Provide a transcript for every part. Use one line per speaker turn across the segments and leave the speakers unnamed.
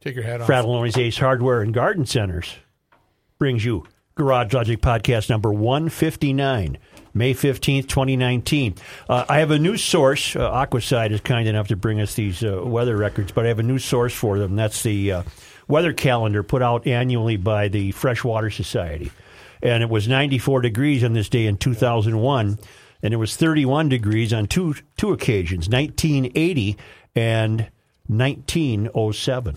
Take your hat off.
Fratelloni's Ace Hardware and Garden Centers brings you Garage Logic Podcast number 159, May 15th, 2019. Uh, I have a new source. Uh, Aquaside is kind enough to bring us these uh, weather records, but I have a new source for them. That's the uh, weather calendar put out annually by the Freshwater Society. And it was 94 degrees on this day in 2001, and it was 31 degrees on two, two occasions, 1980 and 1907.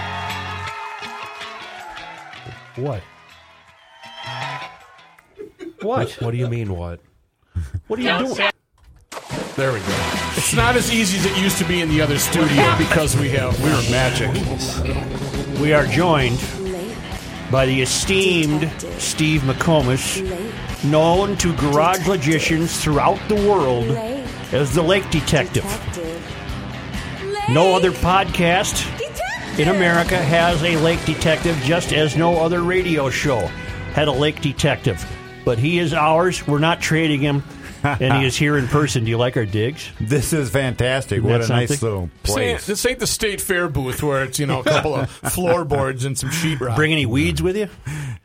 What? What?
What do you mean, what?
What are you doing?
There we go. It's not as easy as it used to be in the other studio because we have we we're magic.
We are joined by the esteemed Steve McComas, known to garage logicians throughout the world as the Lake Detective. No other podcast in America has a lake detective, just as no other radio show had a lake detective. But he is ours. We're not trading him, and he is here in person. Do you like our digs?
This is fantastic.
Isn't
What
that
a nice
something?
little
This ain't,
place.
this ain't the state fair booth where it's you know a couple of floorboards and some sheetrock.
Bring any weeds with you?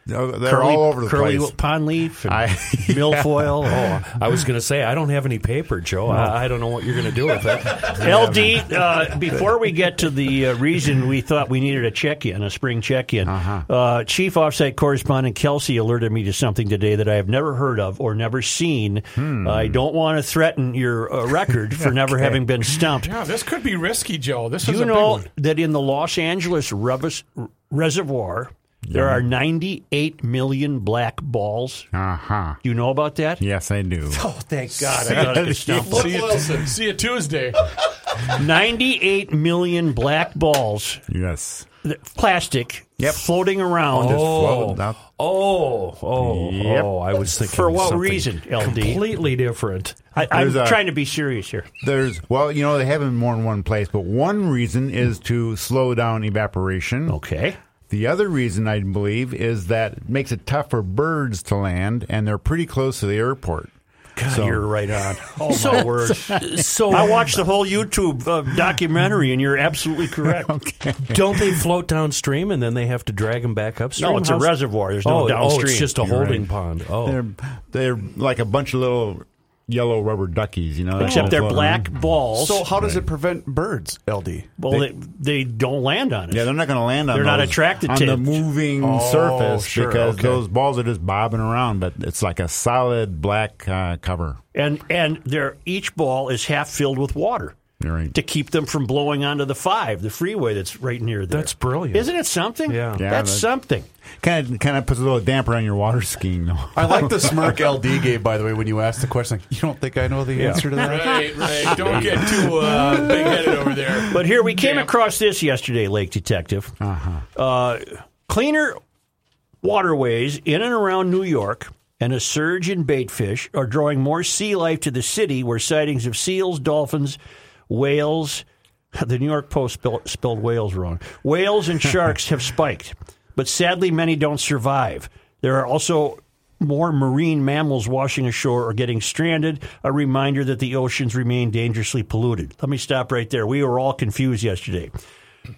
No, They're all over the
curly
place.
pond leaf and
I-
milfoil.
Oh, I was going to say, I don't have any paper, Joe. I, I don't know what you're going to do with it.
LD, uh, before we get to the uh, reason we thought we needed a check in, a spring check in, uh-huh. Chief Offsite Correspondent Kelsey alerted me to something today that I have never heard of or never seen.
Hmm.
I don't want to threaten your uh, record for never having been stumped.
Yeah, this could be risky, Joe. This
Do
is
you
a
know
big one.
that in the Los Angeles Revis, Reservoir, there are 98 million black balls?
Uh huh.
Do you know about that?
Yes, I do.
Oh, thank God.
I thought I could stump
See you, see you Tuesday.
98 million black balls
Yes.
th- plastic
Yep.
floating around.
Just
Oh,
floating up.
oh, oh,
Yep.
oh! I was thinking
For what
something
reason, LD?
Completely different.
I, I'm
There's a-
trying to be serious here.
There's well, you know, they have them more in one place, but one reason is to slow down evaporation.
Okay.
The other reason I believe is that it makes it tough for birds to land, and they're pretty close to the airport.
God,
So-
you're right on. Oh, my word.
So
I watched the whole YouTube uh, documentary, and you're absolutely correct.
don't they float downstream and then they have to drag them back upstream?
No, it's a
How's-
reservoir. There's no
oh,
downstream.
Oh, it's just a
You're
holding
right.
pond. Oh,
They're they're like a bunch of little yellow rubber duckies, you know. that
Except
kinda
they're
float
black
around.
balls.
So how does it prevent birds, LD?
well, they, they don't land on it.
Yeah, they're not going to land on.
They're not
those-
attracted
on
to
the
it.
moving
Oh,
surface
sure,
because
okay.
those balls are just bobbing around. But it's like a solid black uh, cover.
and and they're, each ball is half filled with water
You're right.
to keep them from blowing onto the five, the freeway that's right near there.
That's brilliant.
Isn't it something?
Yeah. Yeah,
that's
that-
something.
Kind of kind of puts a little damper on your water skiing. Though.
I like the smirk LD gave, by the way, when you asked the question. Like, you don't think I know the answer to that?
Right, right. Don't get too uh, big headed over there.
But here we came
Yeah.
across this yesterday, Lake Detective. Uh-huh. cleaner waterways in and around New York and a surge in bait fish are drawing more sea life to the city where sightings of seals, dolphins, whales, the New York Post spelled, spelled whales wrong, whales and sharks have spiked. But sadly, many don't survive. There are also more marine mammals washing ashore or getting stranded, a reminder that the oceans remain dangerously polluted. Let me stop right there. We were all confused yesterday.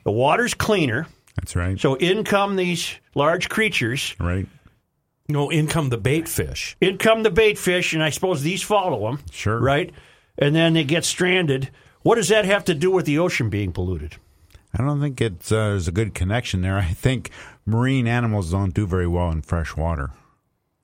The water's cleaner,
That's right.
so in come these large creatures.
right.
no, in come the bait fish.
In come the bait fish, and I suppose these follow them.
Sure.
Right? And then they get stranded. What does that have to do with the ocean being polluted?
I don't think it's uh, there's a good connection there. I think marine animals don't do very well in fresh water.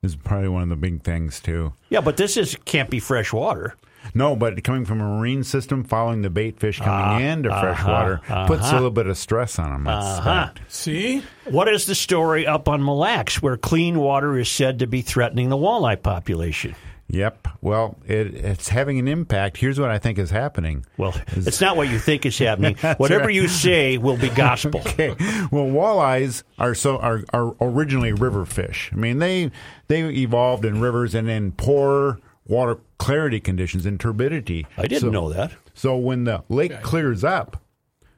Is probably one of the big things too.
Yeah, but this is can't be fresh water.
No, but coming from a marine system, following the bait fish
Ah,
coming into fresh
uh-huh,
water puts a little bit of stress on them.
See?
What is the story up on Mille Lacs where clean water is said to be threatening the walleye population?
Yep. Well, it, it's having an impact. Here's what I think is happening.
Well, it's not what you think is happening. Whatever you say will be gospel.
Okay. Well, walleyes are so are, are originally river fish. I mean, they they evolved in rivers and in poor water clarity conditions and turbidity.
I didn't
So-
know that.
So when the lake clears up,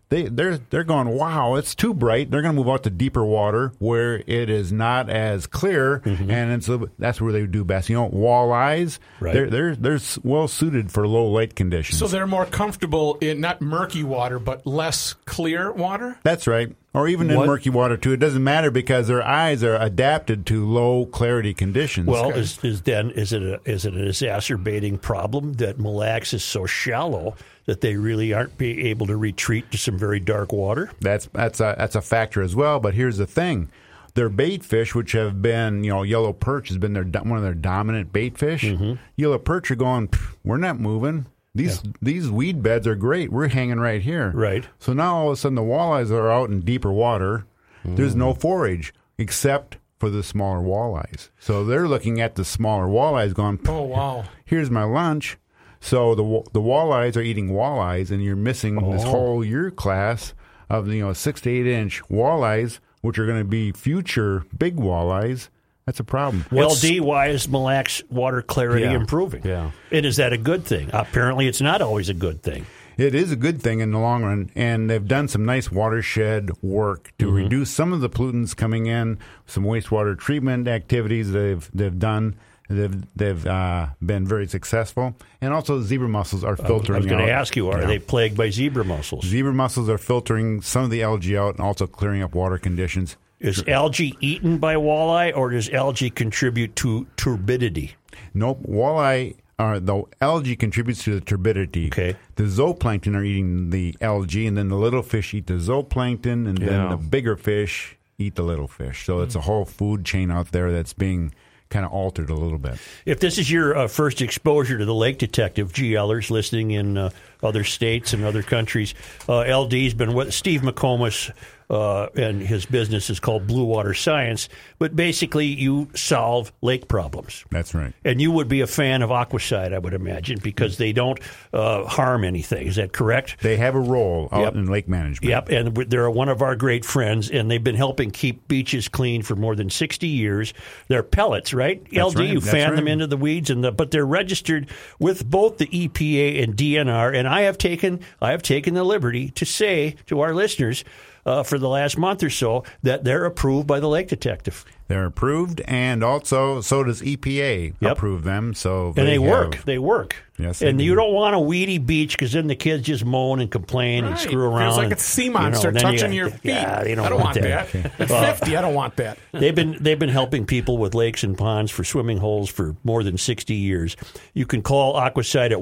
they they're they're going, wow, it's too bright. They're going to move out to deeper water where it is not as clear,
Mm-hmm.
and it's a, that's where they do best. You know, walleyes,
Right.
they're they're they're s- well suited for low light conditions.
So they're more comfortable in not murky water, but less clear water?
That's right. Or even in
What-
murky water too. It doesn't matter because their eyes are adapted to low clarity conditions.
Well, is, is then is it a, is it an exacerbating problem that Mille Lacs is so shallow that they really aren't be able to retreat to some very dark water?
that's that's a that's a factor as well. But here's the thing: their bait fish, which have been you know yellow perch, has been their do- one of their dominant bait fish.
Mm-hmm.
Yellow perch are going. "Pff, We're not moving. These these weed beds are great. We're hanging right here.
Right.
So now all of a sudden the walleyes are out in deeper water. There's no
Mm.
forage except for the smaller walleyes. So they're looking at the smaller walleyes, going. "Pff,
Oh, wow.
here's my lunch. So the wa- the walleyes are eating walleyes, and you're missing this
Oh.
whole year class of you know six to eight inch walleyes, which are going to be future big walleyes. That's a problem.
LD, why is Mille Lacs water clarity
Yeah.
improving?
Yeah.
And is that a good thing? Apparently, it's not always a good thing.
It is a good thing in the long run, and they've done some nice watershed work to
Mm-hmm.
reduce some of the pollutants coming in. Some wastewater treatment activities they've they've done. They've they've uh, been very successful, and also zebra mussels are filtering.
I was going
out.
to ask you, are
Yeah.
they plagued by zebra mussels?
Zebra mussels are filtering some of the algae out and also clearing up water conditions.
Is algae eaten by walleye, or does algae contribute to turbidity?
Nope, walleye are the algae contributes to the turbidity.
Okay.
The zooplankton are eating the algae, and then the little fish eat the zooplankton, and then
Yeah.
the bigger fish eat the little fish. So it's a whole food chain out there that's being kind of altered a little bit.
If this is your uh, first exposure to the lake detective, GLers listening in uh, other states and other countries, uh, LD's been with Steve McComas, uh, and his business is called Blue Water Science. But basically, you solve lake problems.
That's right.
And you would be a fan of Aquaside, I would imagine, because they don't uh, harm anything. Is that correct?
They have a role out
Yep.
in lake management.
Yep, and w- they're one of our great friends, and they've been helping keep beaches clean for more than sixty years. They're pellets, right? LD,
right,
you
that's
fan
right.
them into the weeds, and the, but they're registered with both the EPA and DNR. And I have taken I have taken the liberty to say to our listeners uh, for the last month or so that they're approved by the lake detective,
They're approved, and also so does EPA
Yep.
approve them. So
and they, work.
have-
They work.
Yes, they
and
do.
you don't want a weedy beach because then the kids just moan and complain and
Right.
screw around.
Feels like
and,
a sea
you know,
monster
then you
touching
got-
your feet.
Yeah, they don't
I don't want,
that.
that. At 50, I don't want that.
They've been they've been helping people with lakes and ponds for swimming holes for more than 60 years. You can call Aquaside at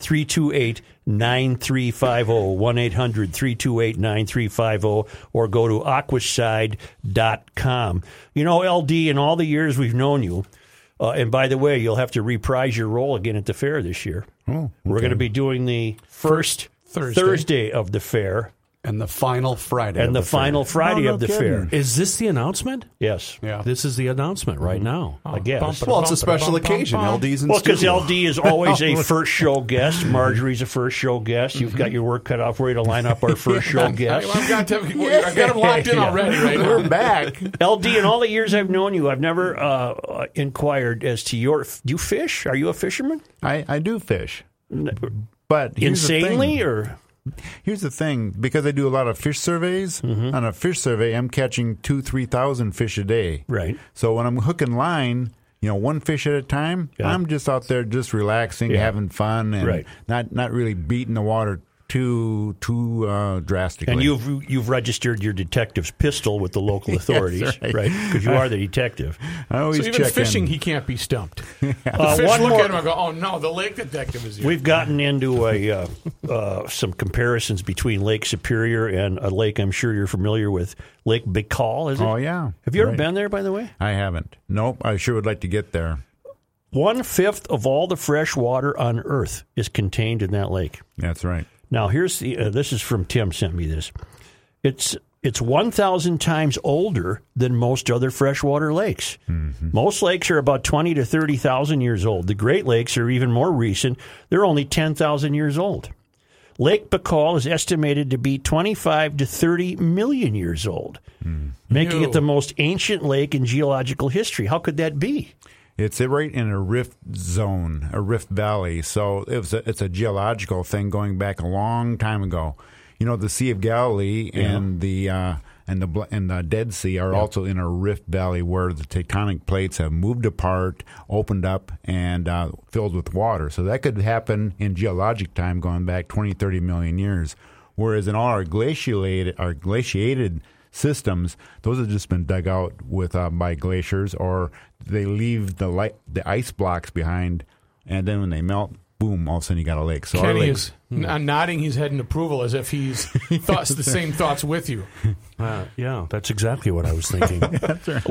1-800-328-9350, 1-800-328-9350 or go to aquaside.com. You know LD in all the years we've known you uh, and by the way, you'll have to reprise your role again at the fair this year. We're going to be doing the first Thursday,
Thursday.
of the fair
And the final Friday.
and the,
of fair.
final Friday
no
of the
kidding.
fair.
Is this the announcement?
Yes.
Yeah. Oh,
This is the announcement right now.
I guess.
Well, it's a special
Bum, bum, bum,
occasion.
bum.
LD's in
Well, because
studio.
LD is always
Oh.
a first show guest. Marjorie's a first show guest. You've
Mm-hmm.
got your work cut out for you to line up our first show
I,
guest.
have got them, I've got them locked in already right now.
We're back.
LD, in all the years I've known you, I've never uh, uh, inquired as to your. Do you fish? Are you a fisherman?
I, I do fish. But here's the thing.
Insanely, or
Here's the thing: because I do a lot of fish surveys,
Mm-hmm.
on a fish survey, I'm catching two, three thousand fish a day.
Right.
So when I'm hooking line, you know, one fish at a time, I'm just out there just relaxing, having fun, and
Right.
not not really beating the water too too uh, drastically.
And you've you've registered your detective's pistol with the local authorities,
right.
right? Because you are the detective.
I
So
always
even
check
fishing,
in.
he can't be stumped.
Uh,
Fish
one
look
more-
at him and go, "Oh no, the lake detective is here."
We've gotten into a uh, uh, some comparisons between Lake Superior and a lake I'm sure you're familiar with, Lake Bicol. Is it?
Oh, yeah.
Have you ever
Right.
been there, by the way?
I haven't. Nope. I sure would like to get there.
One fifth of all the fresh water on Earth is contained in that lake.
That's right.
Now, here's the. Uh, this is from Tim. Sent me this. It's it's one thousand times older than most other freshwater lakes. Most lakes are about twenty to thirty thousand years old. The Great Lakes are even more recent. They're only ten thousand years old. Lake Baikal is estimated to be twenty-five to thirty million years old, making it
Ew.
the most ancient lake in geological history. How could that be?
It's right in a rift zone, a rift valley. So it was a, it's a geological thing going back a long time ago. You know, the Sea of Galilee and the uh, and the Bl- and the Dead Sea are also in a rift valley where the tectonic plates have moved apart, opened up, and uh, filled with water. So that could happen in geologic time going back 20, 30 million years. Whereas in all our glaciated, our glaciated systems, those have just been dug out with uh, by glaciers, or they leave the light, the ice blocks behind, and then when they melt, boom, all of a sudden you got a lake. So our
Kenny
lakes-
is n- nodding his head in approval as if he's thoughts the same thoughts with you.
Uh, yeah, that's exactly what I was thinking.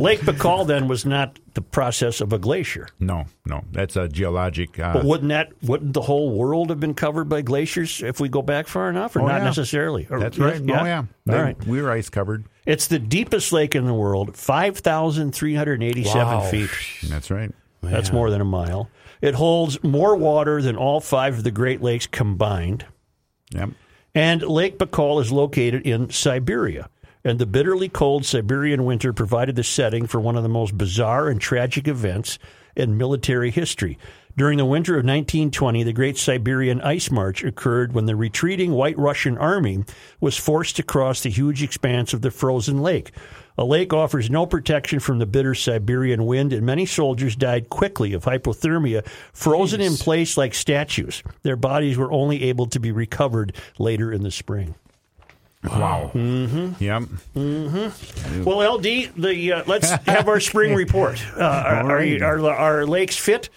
Lake Baikal then was not the process of a glacier.
no, no, that's a geologic. Uh,
But wouldn't that wouldn't the whole world have been covered by glaciers if we go back far enough, or
Oh,
not
yeah.
necessarily? Or-
that's right. Oh yeah,
All
They-
right.
we were ice covered.
It's the deepest lake in the world, five thousand three hundred eighty-seven
Wow.
feet.
That's right.
That's more than a mile. It holds more water than all five of the Great Lakes combined.
Yep.
And Lake Baikal is located in Siberia. And the bitterly cold Siberian winter provided the setting for one of the most bizarre and tragic events in military history. During the winter of 1920, the Great Siberian Ice March occurred when the retreating White Russian army was forced to cross the huge expanse of the frozen lake. A lake offers no protection from the bitter Siberian wind, and many soldiers died quickly of hypothermia, frozen in place like statues. Their bodies were only able to be recovered later in the spring.
Wow. Mm-hmm. Yep.
Well, LD, the uh, let's have our spring report. Uh, are, are, you, are are lakes fit?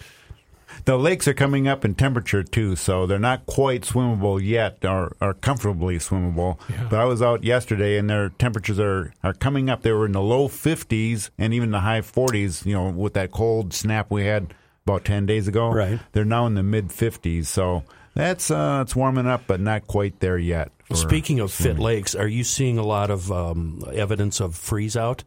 The lakes are coming up in temperature too, so they're not quite swimmable yet, or, or comfortably swimmable. But I was out yesterday, and their temperatures are, are coming up. They were in the low 50s and even the high 40s. You know, with that cold snap we had about 10 days ago.
Right.
They're now in the mid 50s, so that's uh, it's warming up, but not quite there yet. for-
Speaking of fit
Mm-hmm.
lakes, are you seeing a lot of um, evidence of freeze out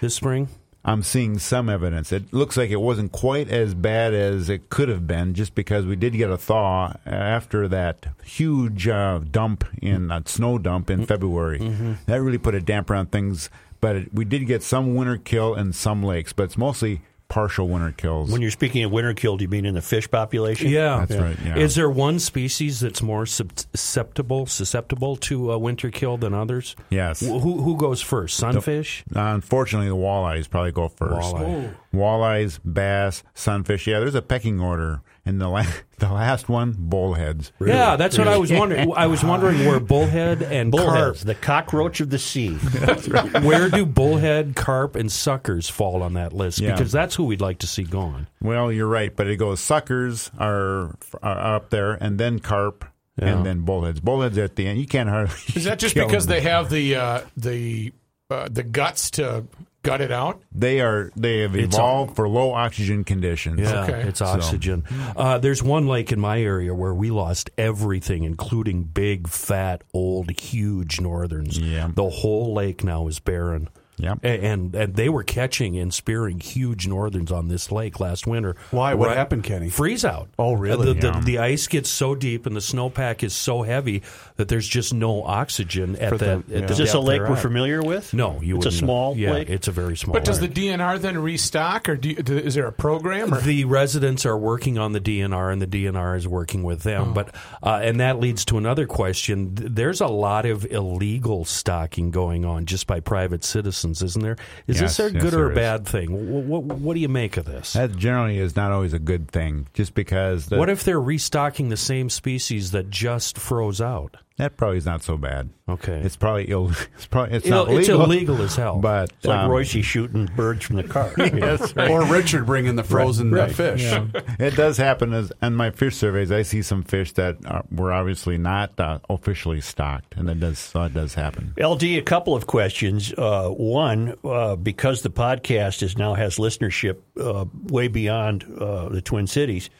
this spring?
I'm seeing some evidence. It looks like it wasn't quite as bad as it could have been, just because we did get a thaw after that huge uh, dump in uh, snow dump in February. That really put a damper on things. But it, we did get some winter kill in some lakes, but it's mostly partial winter kills.
When you're speaking of winter kill, do you mean in the fish population?
Yeah,
That's right, yeah.
Is there one species that's more sub- susceptible susceptible to uh, winter kill than others?
Yes.
Wh- Who who goes first? Sunfish.
Unfortunately, the walleyes probably go first.
Walleye.
Walleyes, bass, sunfish. Yeah, there's a pecking order, and the la- the last one, bullheads.
Yeah, that's what I was wondering. I was wondering where bullhead and carp.
Bullheads, the cockroach of the sea.
Where do bullhead, carp, and suckers fall on that list?
Yeah.
Because that's who we'd like to see gone.
Well, you're right, but it goes suckers are, are up there, and then carp, and then bullheads. Bullheads at the end. You can't hardly.
Is that just
kill
because
them.
they have the uh, the uh, the guts to gut it out?
they are they have
It's
evolved for low oxygen conditions?
Yeah,
Okay.
it's oxygen. Uh, there's one lake in my area where we lost everything, including big, fat, old, huge northerns.
Yeah.
The whole lake now is barren.
Yep.
A- And, and they were catching and spearing huge northerns on this lake last winter.
Why? What happened, Kenny?
Freeze out.
Oh, really?
Uh, The, the,
Yeah.
the ice gets so deep and the snowpack is so heavy that there's just no oxygen at the,
them,
at
yeah.
the
Is this a
depth
lake
they're
we're
at.
familiar with?
No, you
It's a
wouldn't.
small
yeah,
lake?
It's a very small.
But does
lake.
the DNR then restock, or do you, do, is there a program? Or?
the residents are working on the DNR, and the DNR is working with them.
Oh.
But uh, and that leads to another question. Th- There's a lot of illegal stocking going on just by private citizens, isn't there? Is
Yes,
this a
yes,
good or
there
a
is.
bad thing? What, what, what do you make of this?
That generally is not always a good thing, just because. The,
what if they're restocking the same species that just froze out?
that probably is not so bad.
Okay.
it's probably ill. It's probably it's
Ill-
not
it's
legal,
illegal as hell.
But
It's like
um,
Royce shooting birds from the car.
yes, right.
Or Richard bringing the frozen uh, fish.
it does happen. As in my fish surveys, I see some fish that are, were obviously not uh, officially stocked, and it does so it does happen.
LD, a couple of questions. Uh, one, uh, because the podcast is now has listenership uh, way beyond uh, the Twin Cities,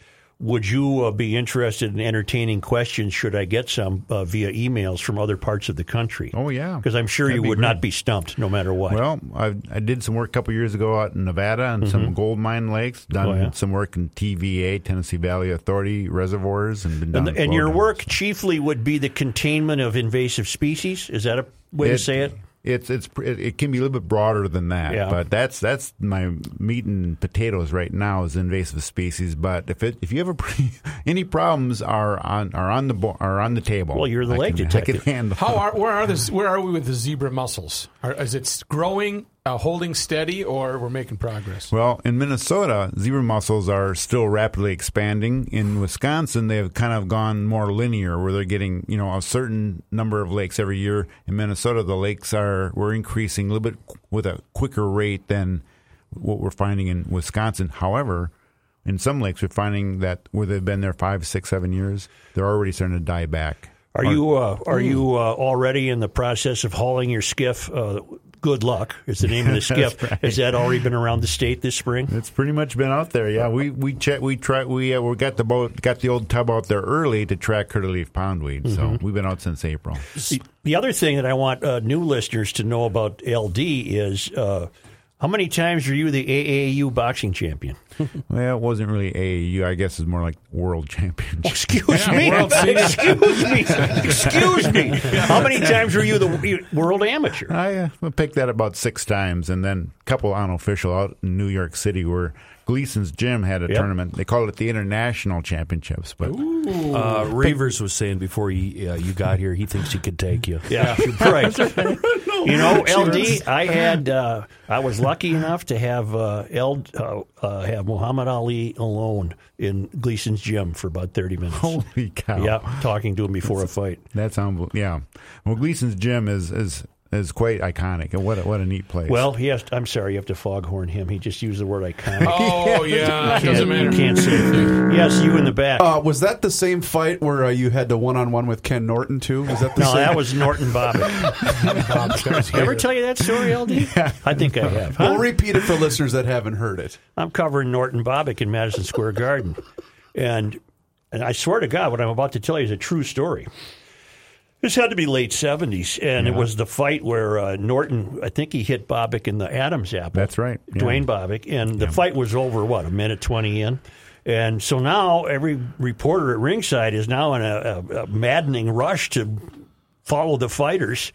would you uh, be interested in entertaining questions? Should I get some uh, via emails from other parts of the country?
Oh, yeah.
because I'm sure
That'd
you
be
would
great.
not be stumped no matter what.
Well, I, I did some work a couple years ago out in Nevada on some gold mine lakes. Done
Mm-hmm. Oh, yeah.
some work in TVA, Tennessee Valley Authority reservoirs, and been down
and,
in
and your
Florida.
work chiefly would be the containment of invasive species. Is that a way to say it?
It's it's pr- it, it can be a little bit broader than that,
Yeah.
but that's that's my meat and potatoes right now is invasive species. But if it if you have a pre- any problems are on are on the bo- are on the table.
Well, you're the
I
lake
can, I
detective.
can handle.
How are where are this? Where are we with the zebra mussels? Are, is it growing, uh, holding steady, or we're making progress?
Well, in Minnesota, zebra mussels are still rapidly expanding. In Wisconsin, they have kind of gone more linear, where they're getting you know a certain number of lakes every year. In Minnesota, the lakes are we're increasing a little bit qu- with a quicker rate than what we're finding in Wisconsin. However, in some lakes, we're finding that where they've been there five, six, seven years, they're already starting to die back.
Are you uh, are you uh, already in the process of hauling your skiff? Uh, good luck is the name of the skiff. Has that already been around the state this spring?
It's pretty much been out there. Yeah, we we check we try we uh, we got the boat got the old tub out there early to track curlyleaf pondweed. So
Mm-hmm.
we've been out since April.
The, the other thing that I want uh, new listeners to know about LD is uh, how many times are you the AAU boxing champion?
Well, it wasn't really AAU. I guess it's more like world championship.
Excuse me.
World
Excuse me. Excuse me. How many times were you the you- world amateur?
I uh, picked that about six times, and then a couple unofficial out in New York City where Gleason's gym had a
Yep.
tournament. They called it the International Championships, but
Uh, Reavers was saying before he, uh, you got here, he thinks he could take you.
Yeah, right. you know, LD, I had uh, I was lucky enough to have uh, L, uh, uh, have Muhammad Ali alone in Gleason's gym for about thirty minutes.
holy cow!
yeah, talking to him before a fight.
that's unbelievable. Yeah, well, Gleason's gym is is is quite iconic, and what a, what a neat place.
Well, he has. I'm sorry, you have to foghorn him. He just used the word iconic.
Oh yeah, it
You
doesn't matter.
can't,
Oh.
you can't say. it. Yes, you in the back.
Uh, was that the same fight where uh, you had the one on one with Ken Norton too? Was that the
no,
same?
that was Norton Bobbitt. Ever tell you that story, LD? I think I have. huh?
We'll repeat it for listeners that haven't heard it.
I'm covering Norton Bobbick in Madison Square Garden, and and I swear to God, what I'm about to tell you is a true story. This had to be late '70s, and it was the fight where uh, Norton, I think he hit Bobbick in the Adam's apple.
That's right, yeah.
Dwayne Bobbick, and the fight was over what a minute twenty in. And so now every reporter at ringside is now in a, a, a maddening rush to follow the fighters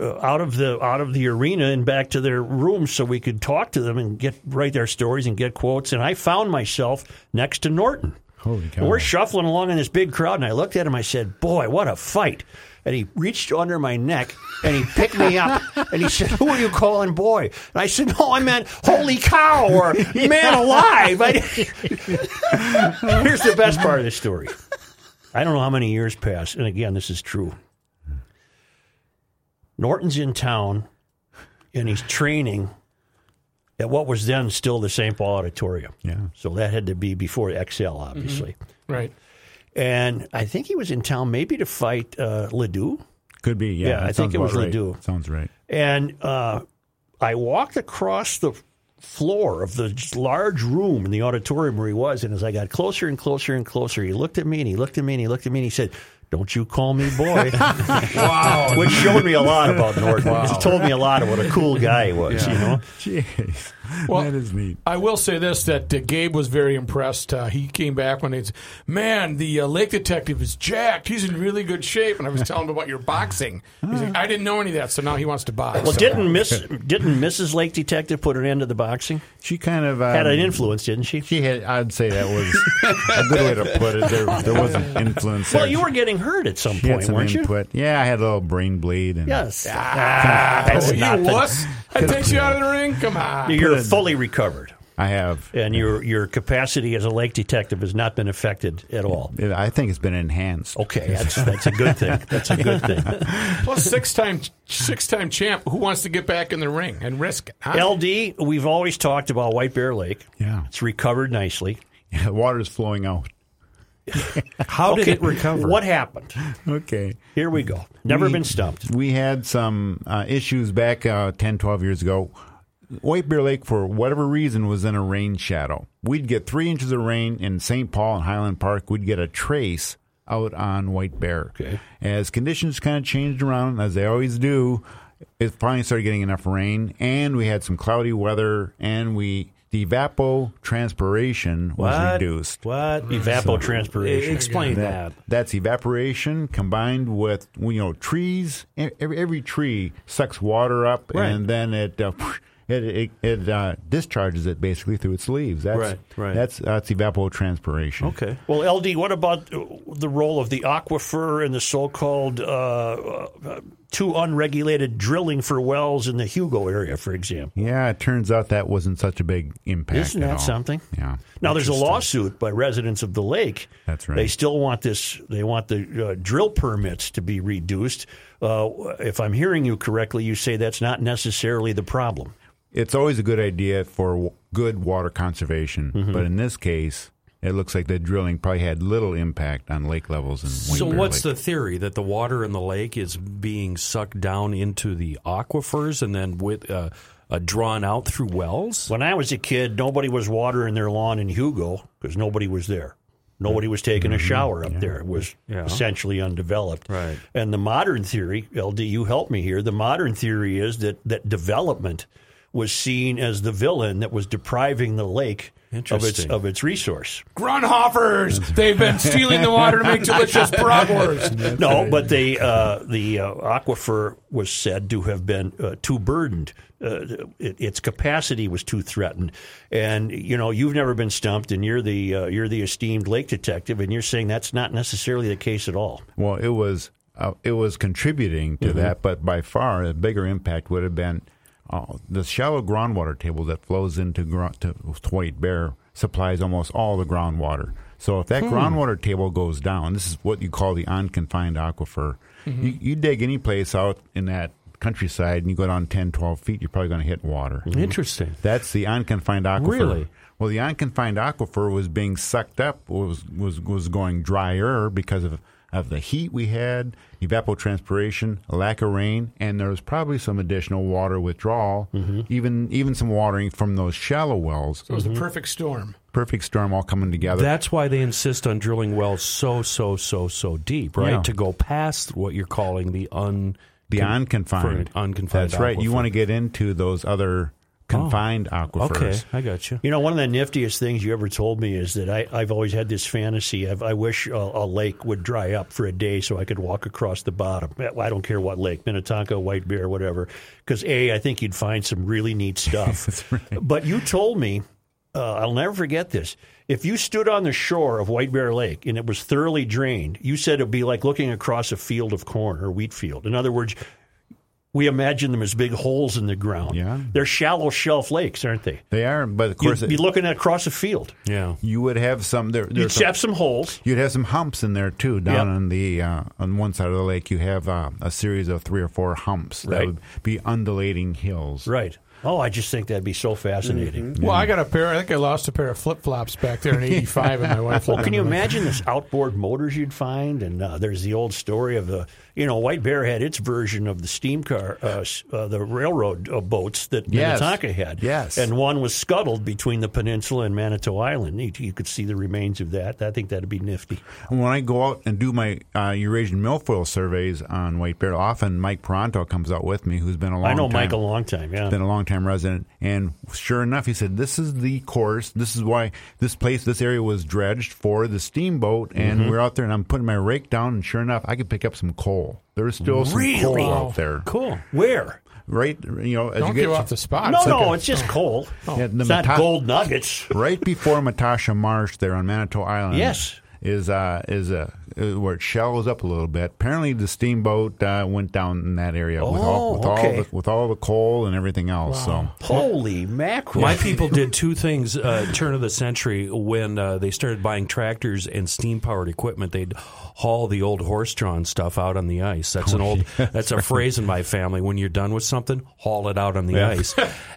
uh, out of the out of the arena and back to their rooms so we could talk to them and get write their stories and get quotes. And I found myself next to Norton.
Holy cow.
And We're shuffling along in this big crowd, and I looked at him. I said, "Boy, what a fight!" And he reached under my neck and he picked me up and he said, "Who are you calling boy?" And I said, "No, I meant holy cow or man alive." I, here's the best part of the story. I don't know how many years pass, and again, this is true. Norton's in town and he's training at what was then still the St. Paul Auditorium.
Yeah.
So that had to be before XL, obviously.
Right.
And I think he was in town maybe to fight uh, Ledoux.
could be. Yeah,
Yeah,
that
I think
sounds
it was
about right.
Ledoux.
Sounds right.
And uh, I walked across the floor of the large room in the auditorium where he was. And as I got closer and closer and closer, he looked at me and he looked at me and he looked at me and he said, don't you call me boy. wow. Which showed me a lot about Norton. It told me a lot of what a cool guy he was, you know?
Jeez,
Well,
that is neat.
I will say this: that uh, Gabe was very impressed. Uh, he came back when he's, man, the uh, lake detective is jacked. He's in really good shape. And I was telling him about your boxing. He's like, I didn't know any of that, so now he wants to box.
Well,
So-
didn't Miss didn't Mrs. Lake Detective put an end to the boxing?
She kind of um,
Had an influence, didn't she?
She had, I'd say that was a good way to put it. There, there was an influence.
Well,
there.
you were getting hurt at some
She had
point,
some
weren't you?
input. Yeah, I had a little brain bleed. And
Yes.
Oh,
that's
you
not the-
wuss! I takes you out of the ring. Come on.
You're fully recovered.
I have.
and your your capacity as a lake detective has not been affected at all.
I think it's been enhanced.
Okay, that's that's a good thing. That's a good thing.
Plus six time six time champ. Who wants to get back in the ring and risk it? huh?
LD, we've always talked about White Bear Lake.
Yeah.
It's recovered nicely.
The water's flowing out.
How
did it recover?
What happened?
Okay.
Here we go. Never
We-
been stumped.
We had some uh, issues back uh, 10, 12 years ago. White Bear Lake, for whatever reason, was in a rain shadow. We'd get three inches of rain in St. Paul and Highland Park. We'd get a trace out on White Bear.
Okay.
As conditions kind of changed around, as they always do, it finally started getting enough rain, and we had some cloudy weather, and we the evapotranspiration was reduced.
What?
Evapotranspiration.
Explain that.
That's evaporation combined with you know trees. e- Every, every tree sucks water up, and then it uh, it it, it uh, discharges it basically through its leaves. That's,
Right, right.
That's that's evapotranspiration.
Okay.
Well, LD, what about uh, the role of the aquifer and the so-called uh, uh, too unregulated drilling for wells in the Hugo area, for example?
Yeah, it turns out that wasn't such a big impact.
Isn't
at
that
all.
something?
Yeah.
Now there's a lawsuit by residents of the lake.
That's right.
They still want this. They want the uh, drill permits to be reduced. Uh, if I'm hearing you correctly, you say that's not necessarily the problem.
It's always a good idea for w- good water conservation,
Mm-hmm.
but in this case, it looks like the drilling probably had little impact on lake levels and.
So what's the theory that the water in the lake is being sucked down into the aquifers and then with uh, uh, drawn out through wells?
When I was a kid, nobody was watering their lawn in Hugo because nobody was there. Nobody was taking a shower up there. It was essentially undeveloped.
Mm-hmm. Right.
And the modern theory, LD, you help me here. The modern theory is that that development was seen as the villain that was depriving the lake of its
Interesting.
of its resource.
Grunhoffers. They've been stealing the water to make delicious bratwurst.
No, but the uh, the uh, aquifer was said to have been uh, too burdened. Uh, it, its capacity was too threatened, and you know you've never been stumped, and you're the uh, you're the esteemed lake detective, and you're saying that's not necessarily the case at all.
Well, it was uh, it was contributing to that, but by far the bigger impact would have been uh, the shallow groundwater table that flows into gro- to, to White Bear supplies almost all the groundwater. So if that groundwater table goes down, this is what you call the unconfined aquifer. You, you dig any place out in that countryside and you go down 10, 12 feet, you're probably going to hit water.
Interesting.
That's the unconfined aquifer.
Really?
Well, the unconfined aquifer was being sucked up, was was was going drier because of of the heat we had, evapotranspiration, lack of rain, and there was probably some additional water withdrawal,
Mm-hmm.
even even some watering from those shallow wells.
It was the perfect storm.
Perfect storm all coming together.
That's why they insist on drilling wells so, so, so, so deep, right?
Yeah.
To go past what you're calling the un
the
con-
unconfined.
for an unconfined
That's right. You
aquifer. Oh,
want to get into those other confined aquifers.
Okay, I got you.
You know, one of the niftiest things you ever told me is that I, I've always had this fantasy of I wish a, a lake would dry up for a day so I could walk across the bottom. I don't care what lake, Minnetonka, White Bear, whatever, because A, I think you'd find some really neat stuff. But you told me, uh, I'll never forget this. If you stood on the shore of White Bear Lake and it was thoroughly drained, you said it would be like looking across a field of corn or wheat field. In other words, we imagine them as big holes in the ground.
Yeah.
They're shallow shelf lakes, aren't they?
They are, but of course,
You'd be
it-
looking at across a field.
Yeah.
you would have some. There,
You'd
there's some-
have some holes.
You'd have some humps in there too. Down
Yep.
on the uh, on one side of the lake, you have uh, a series of three or four humps
Right.
that would be undulating hills.
Right. Oh, I just think that'd be so fascinating.
Well, I got a pair. I think I lost a pair of flip flops back there in '85, and my wife.
Well, can you imagine this outboard motors you'd find? And uh, there's the old story of the, you know, White Bear had its version of the steam car, uh, s- uh, the railroad uh, boats that
Yes.
Minnetonka had.
Yes.
And one was scuttled between the peninsula and Manitou Island. You, you could see the remains of that. I think that'd be nifty.
And when I go out and do my uh, Eurasian milfoil surveys on White Bear, often Mike Pronto comes out with me, who's been a long
I know
time,
Mike a long time. Yeah.
been a long time resident, and sure enough, he said this is the course. This is why this place, this area was dredged for the steamboat, and
Mm-hmm.
we're out there, and I'm putting my rake down, and sure enough, I could pick up some coal. There's still some
Really?
coal out there,
Cool.
Where?
right? You know, as
Don't
you get
give off the
Ah,
spot.
No,
It's like
no,
a-
it's just coal.
Yeah, the
it's not
Mata-
gold nuggets.
right before Matasha Marsh there on Manitou Island.
Yes.
is uh, is uh, uh, where it shallows up a little bit. Apparently, the steamboat uh, went down in that area with all
Oh,
with
okay.
all the, with all the coal and everything else.
Holy mackerel!
My people did two things uh, turn of the century when uh, they started buying tractors and steam powered equipment. They'd haul the old horse drawn stuff out on the ice. That's
Oh,
an old that's a phrase in my family. When you're done with something, haul it out on the ice.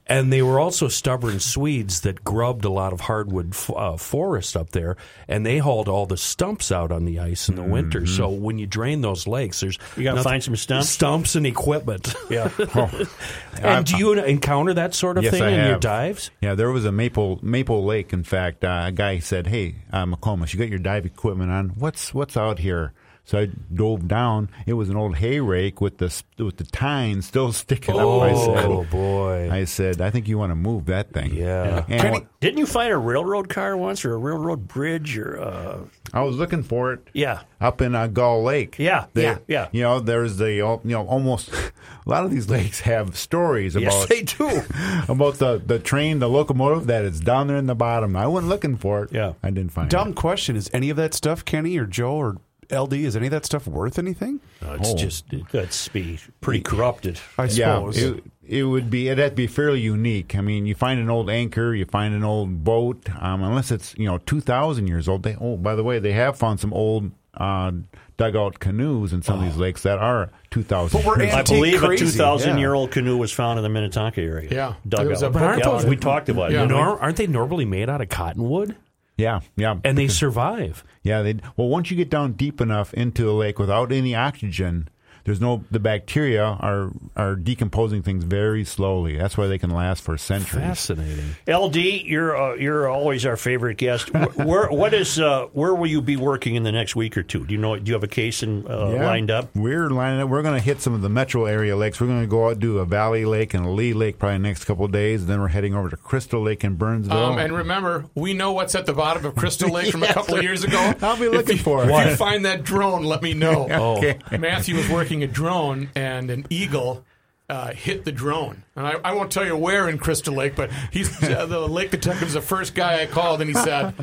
and they were also stubborn Swedes that grubbed a lot of hardwood f- uh, forest up there, and they hauled all the stumps out on the ice in the winter. So when you drain those lakes, there's
Mm-hmm. You gotta
nothing-
find some stumps?
stumps and equipment.
Yeah. Oh.
So,
and do you encounter that sort of
Yes,
thing
I
in your
have.
dives?
Yeah, there was a Maple Maple Lake. In fact, uh, a guy said, "Hey, uh, McComas, you got your dive equipment on? What's what's out here?" So I dove down. It was an old hay rake with the s- with the tine still sticking up. I
Oh
said,
boy!
"I said, I think you want to move that thing."
Yeah.
And
Kenny-
what-
Didn't you find a railroad car once, or a railroad bridge, or uh,
I was looking for it.
yeah,
Up in uh, Gull Lake.
Yeah,
They-
yeah, yeah.
You know, there's the al- you know almost a lot of these lakes have stories
yes,
about
they do.
about the, the train, the locomotive that is down there in the bottom. I wasn't looking for it.
Yeah.
I didn't find
Dumb
it.
question. Is any of that stuff, Kenny or Joe or LD, is any of that stuff worth anything?
No, it's just it, that's be pretty corrupted.
I
Yeah,
suppose.
it, it would be. It'd have to be fairly unique. I mean, you find an old anchor, you find an old boat, um, unless it's you know two thousand years old. They oh, by the way, they have found some old uh, dugout canoes in some of these lakes that are two thousand.
Oh. But we're
years
I
old.
Antique
believe
crazy,
a 2,000
yeah.
year old canoe was found in the Minnetonka area.
Yeah.
Dug
It was
out.
a- But aren't
Yeah,
those-
we talked about
Yeah.
it.
Nor- aren't they normally made out of cottonwood?
yeah, yeah,
And they survive.
yeah. They well, once you get down deep enough into a lake without any oxygen. There's no the bacteria are are decomposing things very slowly. That's why they can last for centuries.
Fascinating.
LD, you're uh, you're always our favorite guest. Wh- Where what is uh, where will you be working in the next week or two? Do you know? Do you have a case in, uh,
Yeah.
lined up?
We're lining up. We're going to hit some of the metro area lakes. We're going to go out do a Valley Lake and a Lee Lake probably next couple of days. Then we're heading over to Crystal Lake in Burnsville.
Um, and remember, we know what's at the bottom of Crystal Lake from a couple of years ago.
I'll be
If
looking
you-
for it.
If you
What?
find that drone, let me know. Oh.
Okay.
Matthew was working a drone, and an eagle uh, hit the drone. And I, I won't tell you where in Crystal Lake, but he's uh, the lake detective was the first guy I called, and he said,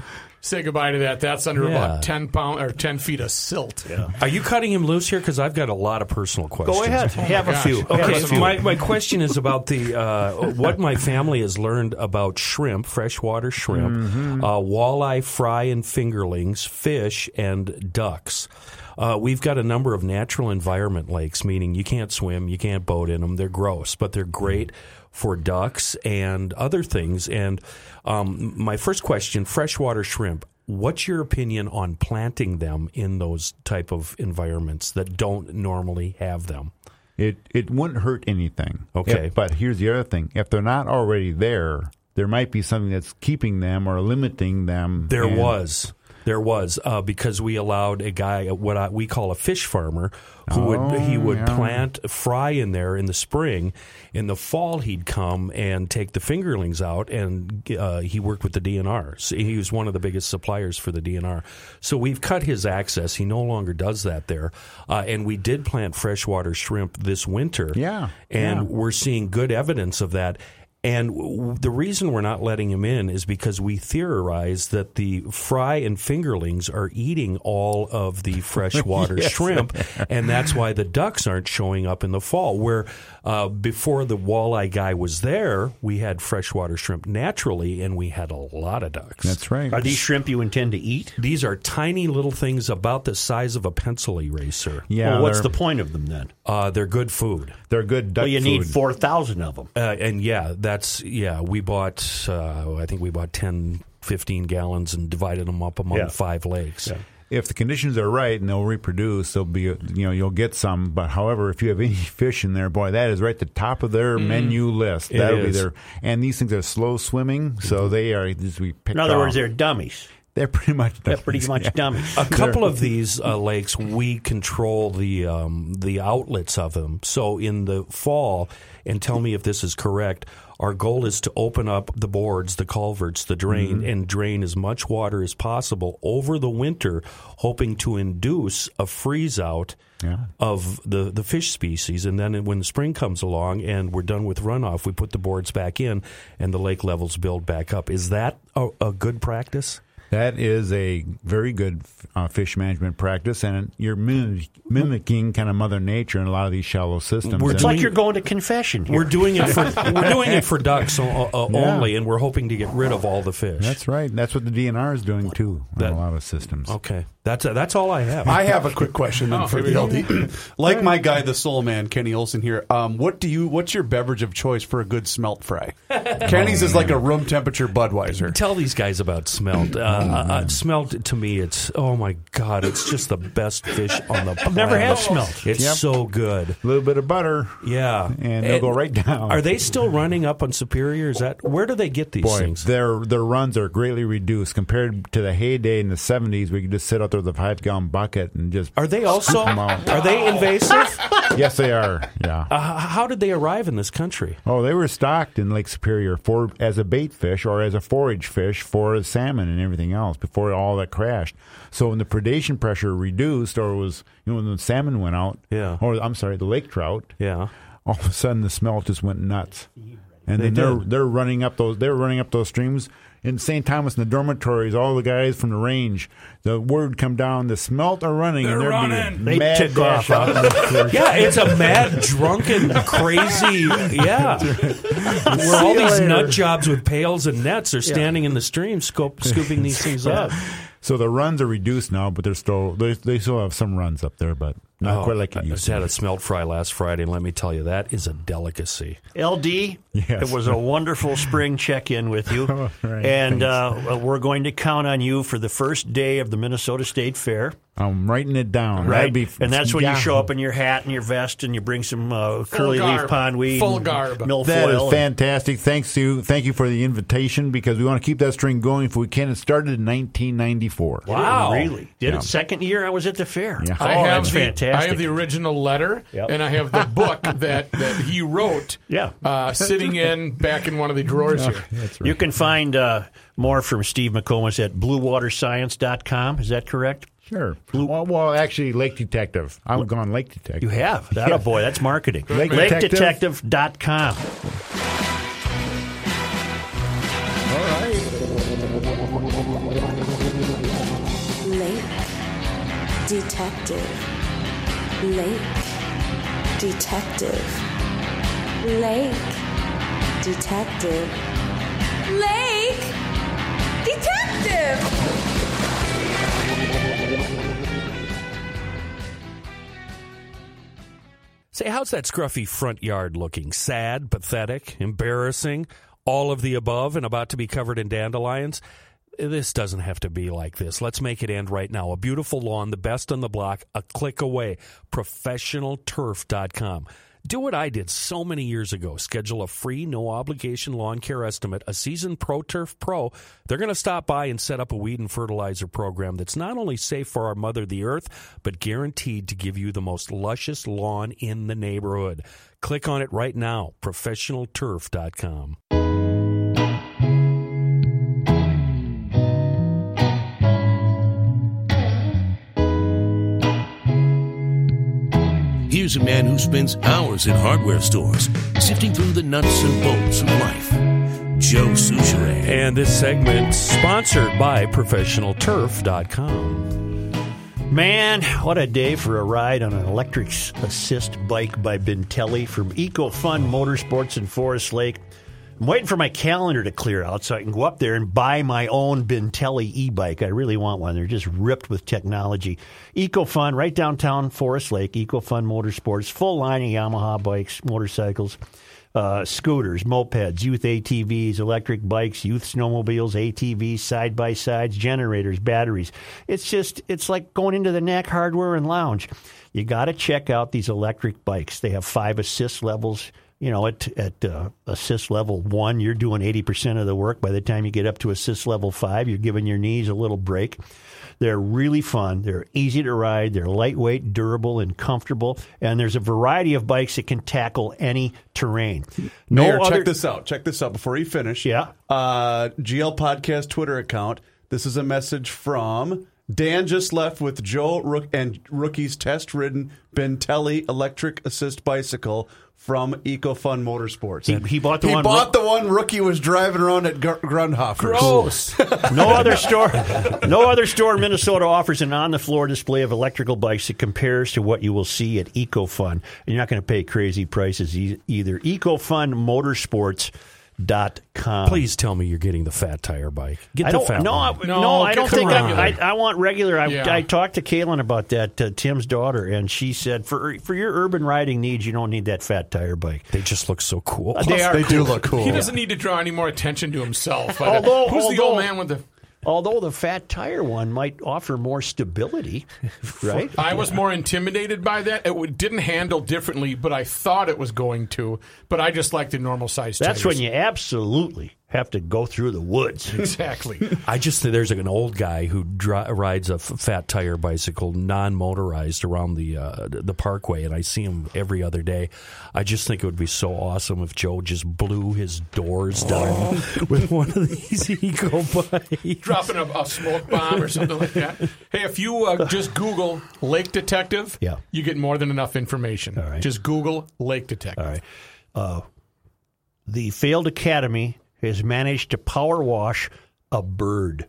"Say goodbye to that. That's under
Yeah.
about ten pound or ten feet of silt." Yeah.
Are you cutting him loose here? Because I've got a lot of personal questions.
Go ahead, have a
Oh gosh.
few.
Okay,
Have a
Okay,
few.
my, my question is about the uh, what my family has learned about shrimp, freshwater shrimp, uh, walleye, fry, and fingerlings, fish, and ducks. Uh, we've got a number of natural environment lakes, meaning you can't swim, you can't boat in them. They're gross, but they're great for ducks and other things. And um, my first question: freshwater shrimp. What's your opinion on planting them in those type of environments that don't normally have them?
It it wouldn't hurt anything.
Okay.
If- but here's the other thing: if they're not already there, there might be something that's keeping them or limiting them.
There
And-
was. There was uh, because we allowed a guy, uh, what I, we call a fish farmer, who
Oh,
would he would plant fry in there in the spring. In the fall, he'd come and take the fingerlings out, and uh, he worked with the DNR. So he was one of the biggest suppliers for the DNR. So we've cut his access. He no longer does that there, uh, and we did plant freshwater shrimp this winter.
Yeah,
and
yeah.
we're seeing good evidence of that. And w- w- the reason we're not letting him in is because we theorize that the fry and fingerlings are eating all of the freshwater shrimp, and that's why the ducks aren't showing up in the fall. Where uh, before the walleye guy was there, we had freshwater shrimp naturally, and we had a lot of ducks.
That's right.
Are these shrimp you intend to eat?
These are tiny little things about the size of a pencil eraser.
Yeah.
Well, what's
they're,
the point of them then?
Uh, they're good food.
They're good duck
Well, you
food.
need four thousand of them.
Uh, and yeah, that's yeah. We bought uh, I think we bought 10, 15 gallons and divided them up among
Yeah.
five lakes.
if the conditions are right and they'll reproduce, they'll be you know you'll get some. But however, if you have any fish in there, boy, that is right at the top of their menu list.
It
That'll be
is.
their and these things are slow swimming, so they are these we picked.
In other words,
off.
they're dummies.
they're pretty much
They're pretty much dummies.
A couple of these uh, lakes, we control the um, the outlets of them. So in the fall, and tell me if this is correct. Our goal is to open up the boards, the culverts, the drain, and drain as much water as possible over the winter, hoping to induce a freeze out of the, the fish species. And then when the spring comes along and we're done with runoff, we put the boards back in and the lake levels build back up. Is that a, a good practice?
That is a very good uh, fish management practice, and you're mim- mimicking kind of Mother Nature in a lot of these shallow systems.
We're
And-
It's like you're going to confession. Here.
We're doing it for we're doing it for ducks o- o-
Yeah.
only, and we're hoping to get rid of all the fish.
that's right. That's what the DNR is doing too in
That-
a lot of systems.
okay. That's that's all I have.
I have a quick question then for the LD. like my guy, the soul man, Kenny Olson here. Um, what do you? What's your beverage of choice for a good smelt fry? Kenny's is like a room temperature Budweiser.
Tell these guys about smelt.
Oh,
Uh, uh, uh, smelt to me, it's oh my god, it's just the best fish on the planet.
never had smelt.
It's
Yep.
so good.
A little bit of butter.
Yeah,
And they'll go right down.
Are they still running up on Superior? Is that where do they get these
Boy,
things?
their their runs are greatly reduced compared to the heyday in the '70s. We could just sit out there with a five gallon bucket and just.
Are they also
Come on.
are they invasive?
yes, they are. Yeah.
Uh, how did they arrive in this country?
Oh, they were stocked in Lake Superior for as a bait fish or as a forage fish for salmon and everything else before all that crashed. So when the predation pressure reduced or was you know when the salmon went out,
Yeah.
or I'm sorry, the lake trout,
Yeah.
all of a sudden the smelt just went nuts. And they are they're running up those they're running up those streams in St. Thomas in the dormitories. All the guys from the range, the word come down, the smelt are running. and
They're
they're being
running.
They
mad
took
dash
off.
out in the clear.
Yeah, it's a mad, drunken, crazy. Yeah, where all these nut jobs with pails and nets are standing in the stream, scoop, scooping these things up.
So the runs are reduced now, but they're still they, they still have some runs up there, but
Oh,
not quite like it
Oh, I
used
just
to.
had
be.
a smelt fry last Friday, and let me tell you, that is a delicacy.
LD, it was a wonderful spring check in with you. and uh, we're going to count on you for the first day of the Minnesota State Fair.
I'm writing it down.
Right.
That'd be-
and that's when
yeah.
you show up in your hat and your vest and you bring some uh, curly leaf
garb.
pondweed.
Full
and
garb.
Milfoil.
That is
and-
fantastic. Thanks to you. Thank you for the invitation because we want to keep that string going if we can. It started in 1994.
Wow.
Really? Did it second year I was at the fair.
Yeah.
Oh,
I have
that's
the,
fantastic.
I have the original letter,
Yep.
and I have the book that, that he wrote.
Yeah.
uh, sitting in back in one of the drawers
Uh,
here.
You can find uh, more from Steve McComas at bluewaterscience.com. Is that correct?
Sure. Well, well, actually, Lake Detective. I've gone Lake Detective.
You have. That a boy. That's marketing.
Lake Detective.
LakeDetective.com.
Lake Detective. Lake Detective. Lake Detective. Lake Detective!
Say, how's that scruffy front yard looking? Sad, pathetic, embarrassing, all of the above, and about to be covered in dandelions? This doesn't have to be like this. Let's make it end right now. A beautiful lawn, the best on the block, a click away. ProfessionalTurf.com. Do what I did so many years ago. Schedule a free, no obligation lawn care estimate. A seasoned Pro Turf Pro. They're going to stop by and set up a weed and fertilizer program that's not only safe for our mother, the earth, but guaranteed to give you the most luscious lawn in the neighborhood. Click on it right now. ProfessionalTurf.com.
Here's a man who spends hours in hardware stores sifting through the nuts and bolts of life. Joe Souchere.
And this segment sponsored by ProfessionalTurf.com.
Man, what a day for a ride on an electric s- assist bike by Bentelli from EcoFun Motorsports in Forest Lake. I'm waiting for my calendar to clear out so I can go up there and buy my own Bentelli e bike. I really want one. They're just ripped with technology. EcoFun, right downtown Forest Lake, EcoFun Motorsports, full line of Yamaha bikes, motorcycles uh, scooters, mopeds, youth ATVs, electric bikes, youth snowmobiles, ATVs, side by sides, generators, batteries. It's just, it's like going into the Knack Hardware and Lounge. You got to check out these electric bikes. They have five assist levels. You know, at, at uh, assist level one, you're doing 80% of the work. By the time you get up to assist level five, you're giving your knees a little break. They're really fun. They're easy to ride. They're lightweight, durable, and comfortable. And there's a variety of bikes that can tackle any terrain. No
Mayor,
other.
check this out. Check this out before you finish.
Yeah.
Uh, GL Podcast Twitter account. This is a message from Dan just left with Joe Rook and Rookie's test-ridden Bentelli electric assist bicycle from EcoFun Motorsports.
He-
And
he bought the one
bought
Rook-
the one Rookie was driving around at Gr- Grundhofer's.
Gross.
No other store, no other store in Minnesota offers an on-the-floor display of electrical bikes that compares to what you will see at EcoFun. And you're not going to pay crazy prices e- either. EcoFunMotorsports.com.
Please tell me you're getting the fat tire bike. Get
I
the
don't.
fat
No, I,
one.
no,
No,
I don't
get the
think I'm,
regular.
I. I want regular. I,
Yeah.
I talked to Kaylin about that. Uh, Tim's daughter, and she said, for for your urban riding needs, you don't need that fat tire bike.
they just look so cool.
They are
They
cool.
do look cool.
He doesn't need to draw any more attention to himself. But, uh,
Although-
who's
although-
the old man with the?
Although the fat tire one might offer more stability, right?
I was more intimidated by that. It would- didn't handle differently, but I thought it was going to. But I just like the normal size.
That's
tires.
when you absolutely have to go through the woods.
exactly.
I just think there's like an old guy who dri- rides a f- fat tire bicycle, non-motorized, around the uh, the parkway, and I see him every other day. I just think it would be so awesome if Joe just blew his doors down
Oh.
with one of these eco bikes.
dropping a, a smoke bomb or something like that. Hey, if you uh, just Google Lake Detective,
Yeah.
you get more than enough information.
right.
Just Google Lake Detective.
All right. Uh, the failed academy has managed to power wash a bird.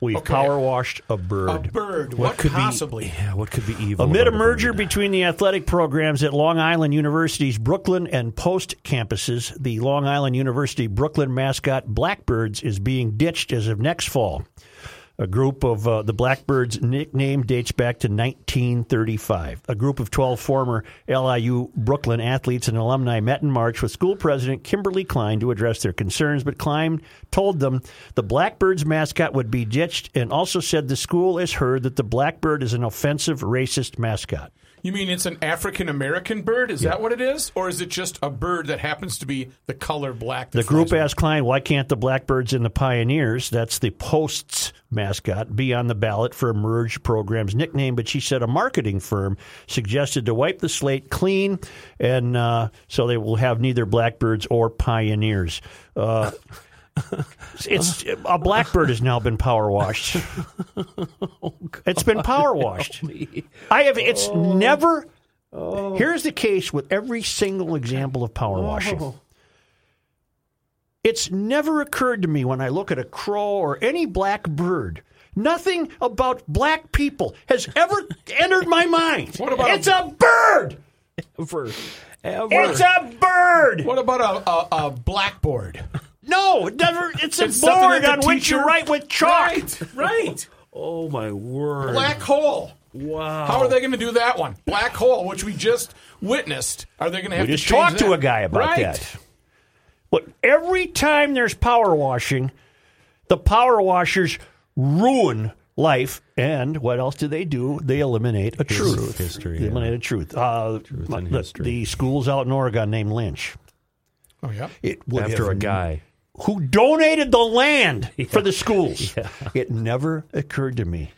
We've
Okay.
power washed a bird.
A bird. What,
could
possibly?
Be, yeah, what could be evil?
Amid a
about
merger
bird?
between the athletic programs at Long Island University's Brooklyn and Post campuses, the Long Island University Brooklyn mascot Blackbirds is being ditched as of next fall. A group of uh, the Blackbirds nickname dates back to 1935. A group of 12 former LIU Brooklyn athletes and alumni met in March with school president Kimberly Klein to address their concerns, but Klein told them the Blackbirds mascot would be ditched and also said the school has heard that the Blackbird is an offensive racist mascot.
You mean it's an African American bird? Is that what it is? Or is it just a bird that happens to be the color black? that
The group
flies around?
asked Klein, why can't the Blackbirds and the Pioneers, that's the Post's mascot, be on the ballot for a merged program's nickname? But she said a marketing firm suggested to wipe the slate clean, and uh, so they will have neither Blackbirds or Pioneers. Uh, it's a blackbird has now been power washed. it's been power washed. I have. It's
Oh.
never. Here's the case with every single example of power washing.
Oh.
It's never occurred to me when I look at a crow or any black bird. Nothing about black people has ever entered my mind.
What about
it's
a-
a, bird?
ever, ever.
It's a bird.
What about a, a, a blackboard?
No, it never. It's a
It's something
board
that
on
the
which you
teacher-
write with chalk.
Right, right.
oh my word!
Black hole.
Wow.
How are they going to do that one? Black hole, which we just witnessed. Are they going to have
We
to
just talked
change
to
that?
a guy about
Right.
that. Look, every time there's power washing, the power washers ruin life. And what else do they do? They eliminate a truth.
history,
They
yeah.
eliminate a truth. Uh,
and
the,
history.
the schools out in Oregon named Lynch.
Oh yeah.
It would
After
have
a guy.
who donated the land for the schools. It never occurred to me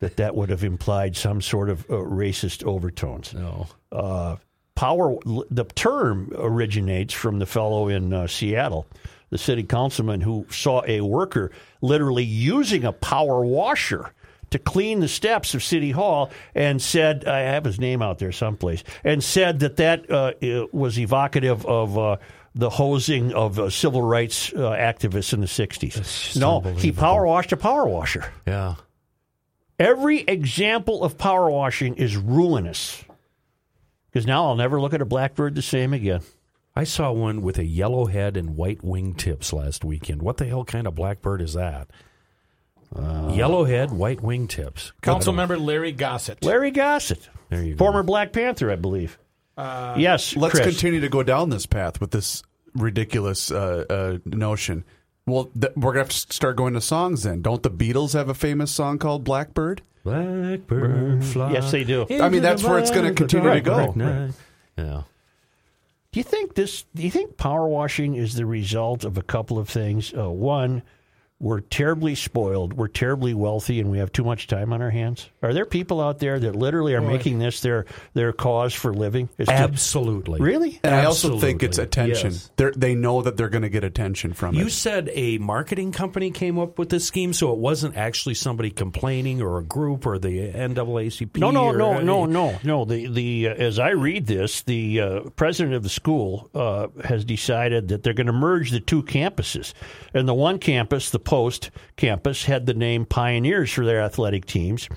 that that would have implied some sort of uh, racist overtones. No. Uh, power, the term originates from the fellow in uh, Seattle, the city councilman who saw a worker literally using a power washer. To clean the steps of City Hall, and said, I have his name out there someplace, and said that that uh, uh, was evocative of uh, the hosing of uh, civil rights uh, activists in the 60s. No, he power washed a power washer.
Yeah.
Every example of power washing is ruinous. Because now I'll never look at a blackbird the same again.
I saw one with a yellow head and white wingtips last weekend. What the hell kind of blackbird is that?
Uh,
yellow head, white wingtips.
Councilmember Larry Gossett.
Larry Gossett,
There you go.
former Black Panther, I believe. yes,
Uh, Let's
Chris.
continue to go down this path with this ridiculous uh, uh, notion. Well, th- we're gonna have to start going to songs then. Don't the Beatles have a famous song called "Blackbird"?
Blackbird fly.
Yes, they do.
into
I mean,
the
that's where it's gonna
dark
continue to go.
night. Yeah.
Do you think this? Do you think power washing is the result of a couple of things? Uh, one, we're terribly spoiled, we're terribly wealthy, and we have too much time on our hands? Are there people out there that literally are making this their their cause for living? It's to-
Absolutely.
really?
And I also think
Absolutely.
it's attention.
Yes.
They're, they know that they're going to get attention from
You
it.
said a marketing company came up with this scheme, so it wasn't actually somebody complaining or a group or the NAACP.
No, no,
or-
no, no, no, no. The the uh, as I read this, the uh, president of the school uh, has decided that they're going to merge the two campuses. And the one campus, the Post campus, had the name Pioneers for their athletic teams,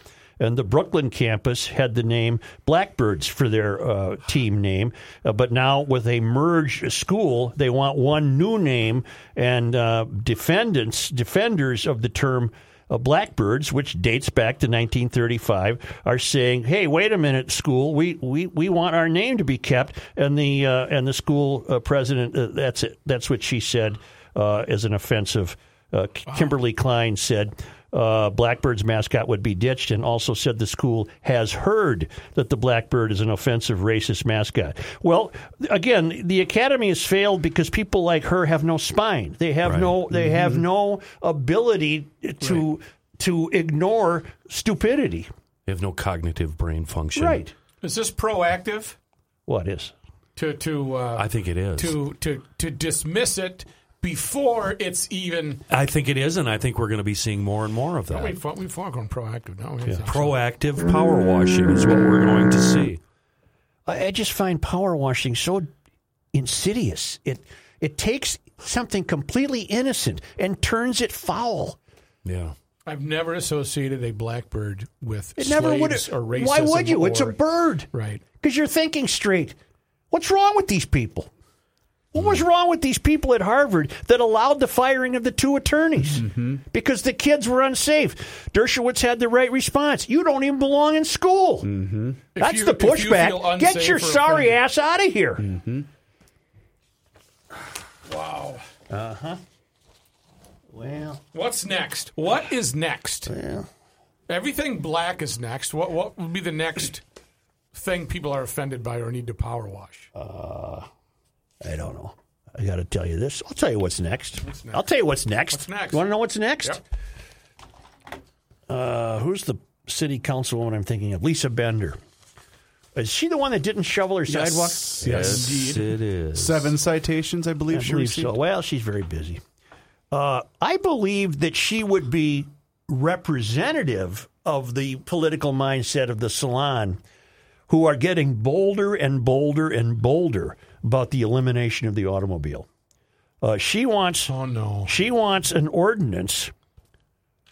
and the Brooklyn campus had the name Blackbirds for their uh, team name. Uh, but now with a merged school, they want one new name, and uh, defendants defenders of the term uh, blackbirds, which dates back to 1935, are saying, "Hey, wait a minute, school. We we, we want our name to be kept." And the uh, and the school uh, president, uh, that's it. That's what she said uh, as an offensive. Uh, K- Kimberly Klein said. Uh, Blackbird's mascot would be ditched, and also said the school has heard that the Blackbird is an offensive, racist mascot. Well, again, the academy has failed because people like her have no spine. They have no. They have no ability to to ignore stupidity.
They have no cognitive brain function.
Is this proactive
What is?
to to uh,
I think it is.
to to to dismiss it before it's even?
I think it is, and I think we're going to be seeing more and more of that.
We've all- we've all gone proactive now.
Proactive power washing is what we're going to see.
I, I just find power washing so insidious. It it takes something completely innocent and turns it foul.
Yeah.
I've never associated a blackbird with
It never would.
slaves or racism.
Why would you? It's a
or-
bird.
Right.
Because you're thinking straight. What's wrong with these people? What was wrong with these people at Harvard that allowed the firing of the two attorneys?
Mm-hmm.
Because the kids were unsafe. Dershowitz had the right response. You don't even belong in school.
Mm-hmm. If
That's
you-
the
if you feel
pushback. Get
unsafe
your
or
sorry
offended- Mm-hmm.
ass out of here.
Wow.
Uh-huh. Well,
What's next? What is next? Everything black is next. What what would be the next thing people are offended by or need to power wash?
I don't know. I got to tell you this. I'll tell you what's next. I'll tell you what's next.
What's next?
You want to know what's next?
Yep.
Uh, who's the city councilwoman I'm thinking of? Lisa Bender. Is she the one that didn't shovel her sidewalk?
Yes.
it is.
Seven citations, I believe
I
she
believe
received.
so. Well, she's very busy. Uh, I believe that she would be representative of the political mindset of the salon, who are getting bolder and bolder and bolder about the elimination of the automobile. Uh, she wants.
Oh no.
She wants an ordinance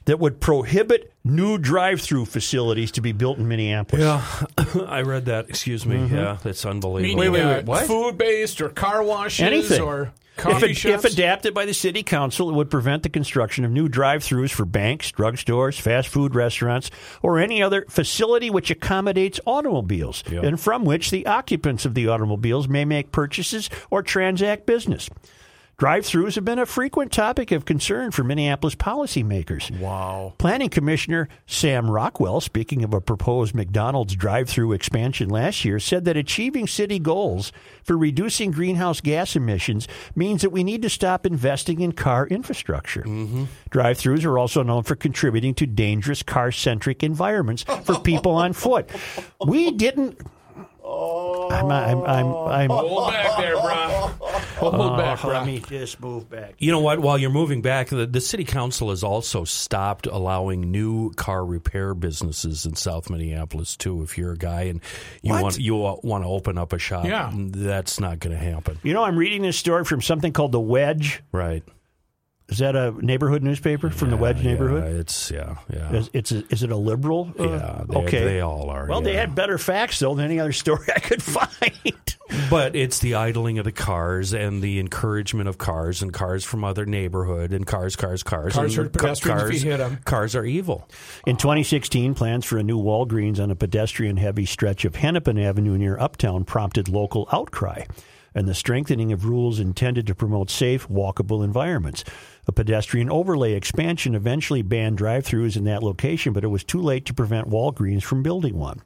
that would prohibit new drive-through facilities to be built in Minneapolis.
I read that. Excuse me. Yeah, that's unbelievable.
Meaning,
wait,
uh,
wait, what?
Food based or car washes
Anything.
or
If,
coffee
it- if
shops?
adapted by the city council, it would prevent the construction of new drive-throughs for banks, drugstores, fast food restaurants, or any other facility which accommodates automobiles and from which the occupants of the automobiles may make purchases or transact business. Drive-throughs have been a frequent topic of concern for Minneapolis policymakers. Wow. Planning Commissioner Sam Rockwell, speaking of a proposed McDonald's drive-through expansion last year, said that achieving city goals for reducing greenhouse gas emissions means that we need to stop investing in car infrastructure. Drive-throughs are also known for contributing to dangerous car-centric environments for people on foot. We didn't I'm, I'm, I'm, I'm,
Hold back there, brah. Hold back, brah.
let me just move back.
You know what? While you're moving back, the, the city council has also stopped allowing new car repair businesses in South Minneapolis too. If you're a guy and you want you want to open up a shop, Mm,
Yeah.
that's not going to happen,
You know, I'm reading this story from something called The Wedge.
right?
Is that a neighborhood newspaper from the Wedge neighborhood?
Yeah, it's yeah, yeah.
Is, it's a, is it a liberal? uh,
Oh. Yeah, they- they all are,
Well, they
yeah.
had better facts though than any other story I could find.
But it's the idling of the cars and the encouragement of cars and cars from other neighborhood and cars, cars, cars.
Cars
and
hurt pedestrians if
cars,
you hit 'em.
Cars are evil.
In 2016, plans for a new Walgreens on a pedestrian heavy stretch of Hennepin Avenue near Uptown prompted local outcry and the strengthening of rules intended to promote safe, walkable environments. A pedestrian overlay expansion eventually banned drive throughs in that location, but it was too late to prevent Walgreens from building one.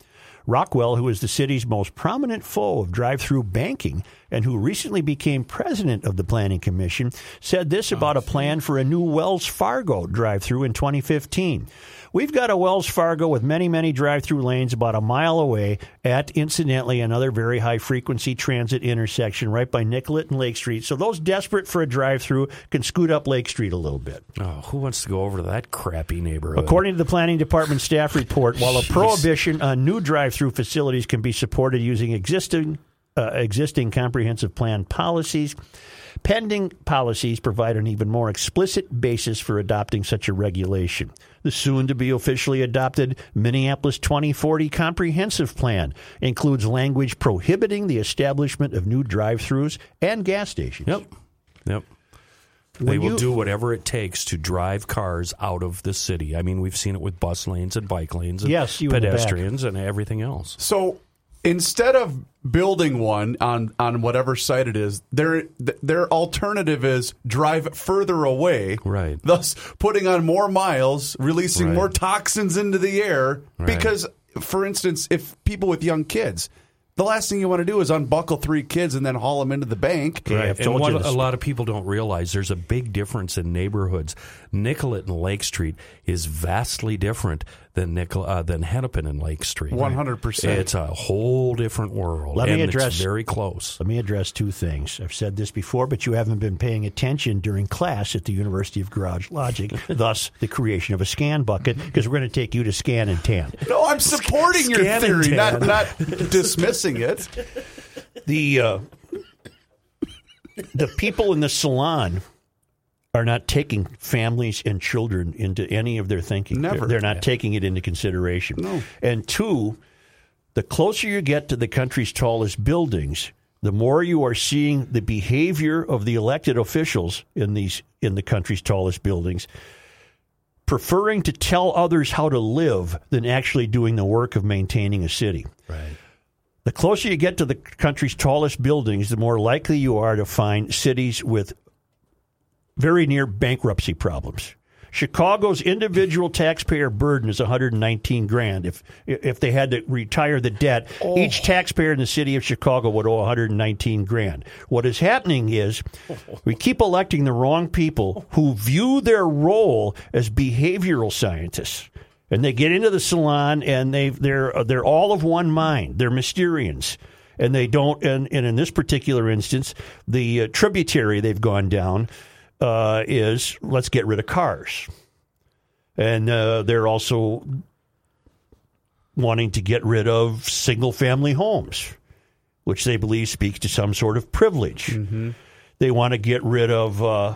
Rockwell, who is the city's most prominent foe of drive through banking, and who recently became president of the Planning Commission, said this about a plan for a new Wells Fargo drive through in 2015. We've got a Wells Fargo with many, many drive through lanes about a mile away at, incidentally, another very high frequency transit intersection right by Nicollet and Lake Street. So those desperate for a drive through can scoot up Lake Street a little bit.
Oh, who wants to go over to that crappy neighborhood?
According to the planning department staff report, while a prohibition on new drive-through facilities can be supported using existing uh, existing comprehensive plan policies, pending policies provide an even more explicit basis for adopting such a regulation. The soon to be officially adopted Minneapolis 2040 comprehensive plan includes language prohibiting the establishment of new drive-throughs and gas stations.
Yep. Yep. They
When
will
you-
do whatever it takes to drive cars out of the city. I mean, we've seen it with bus lanes and bike lanes and
Yes, you in the back.
pedestrians and everything else.
So instead of building one on, on whatever site it is, their th- their alternative is drive further away.
Right.
Thus putting on more miles, releasing
Right.
more toxins into the air.
Right.
Because, for instance, if people with young kids. The last thing you want to do is unbuckle three kids and then haul them into the bank.
I've
and
told
what
you this.
a lot of people don't realize there's a big difference in neighborhoods. Nicollet and Lake Street is vastly different than Nicol- uh, than Hennepin and Lake Street.
100%.
It's a whole different world.
Let me
and
address-
it's very close.
Let me address two things. I've said this before, but you haven't been paying attention during class at the University of Garage Logic, thus the creation of a scan bucket, because we're going to take you to scan and tan.
No, I'm supporting your
Scan and
theory, not,
tan.
not dismissing it.
The, uh, the people in the salon are not taking families and children into any of their thinking.
Never.
They're, they're not taking it into consideration.
No.
And two, the closer you get to the country's tallest buildings, the more you are seeing the behavior of the elected officials in these in the country's tallest buildings preferring to tell others how to live than actually doing the work of maintaining a city. Right. The closer you get to the country's tallest buildings, the more likely you are to find cities with very near bankruptcy problems. Chicago's individual taxpayer burden is 119 grand. If if they had to retire the debt, each taxpayer in the city of Chicago would owe 119 grand. What is happening is we keep electing the wrong people who view their role as behavioral scientists. And they get into the salon and they they're they're all of one mind. They're Mysterians and they don't. And, and in this particular instance, the uh, tributary they've gone down uh, is let's get rid of cars, and uh, they're also wanting to get rid of single family homes, which they believe speaks to some sort of privilege. They want to get rid of. Uh,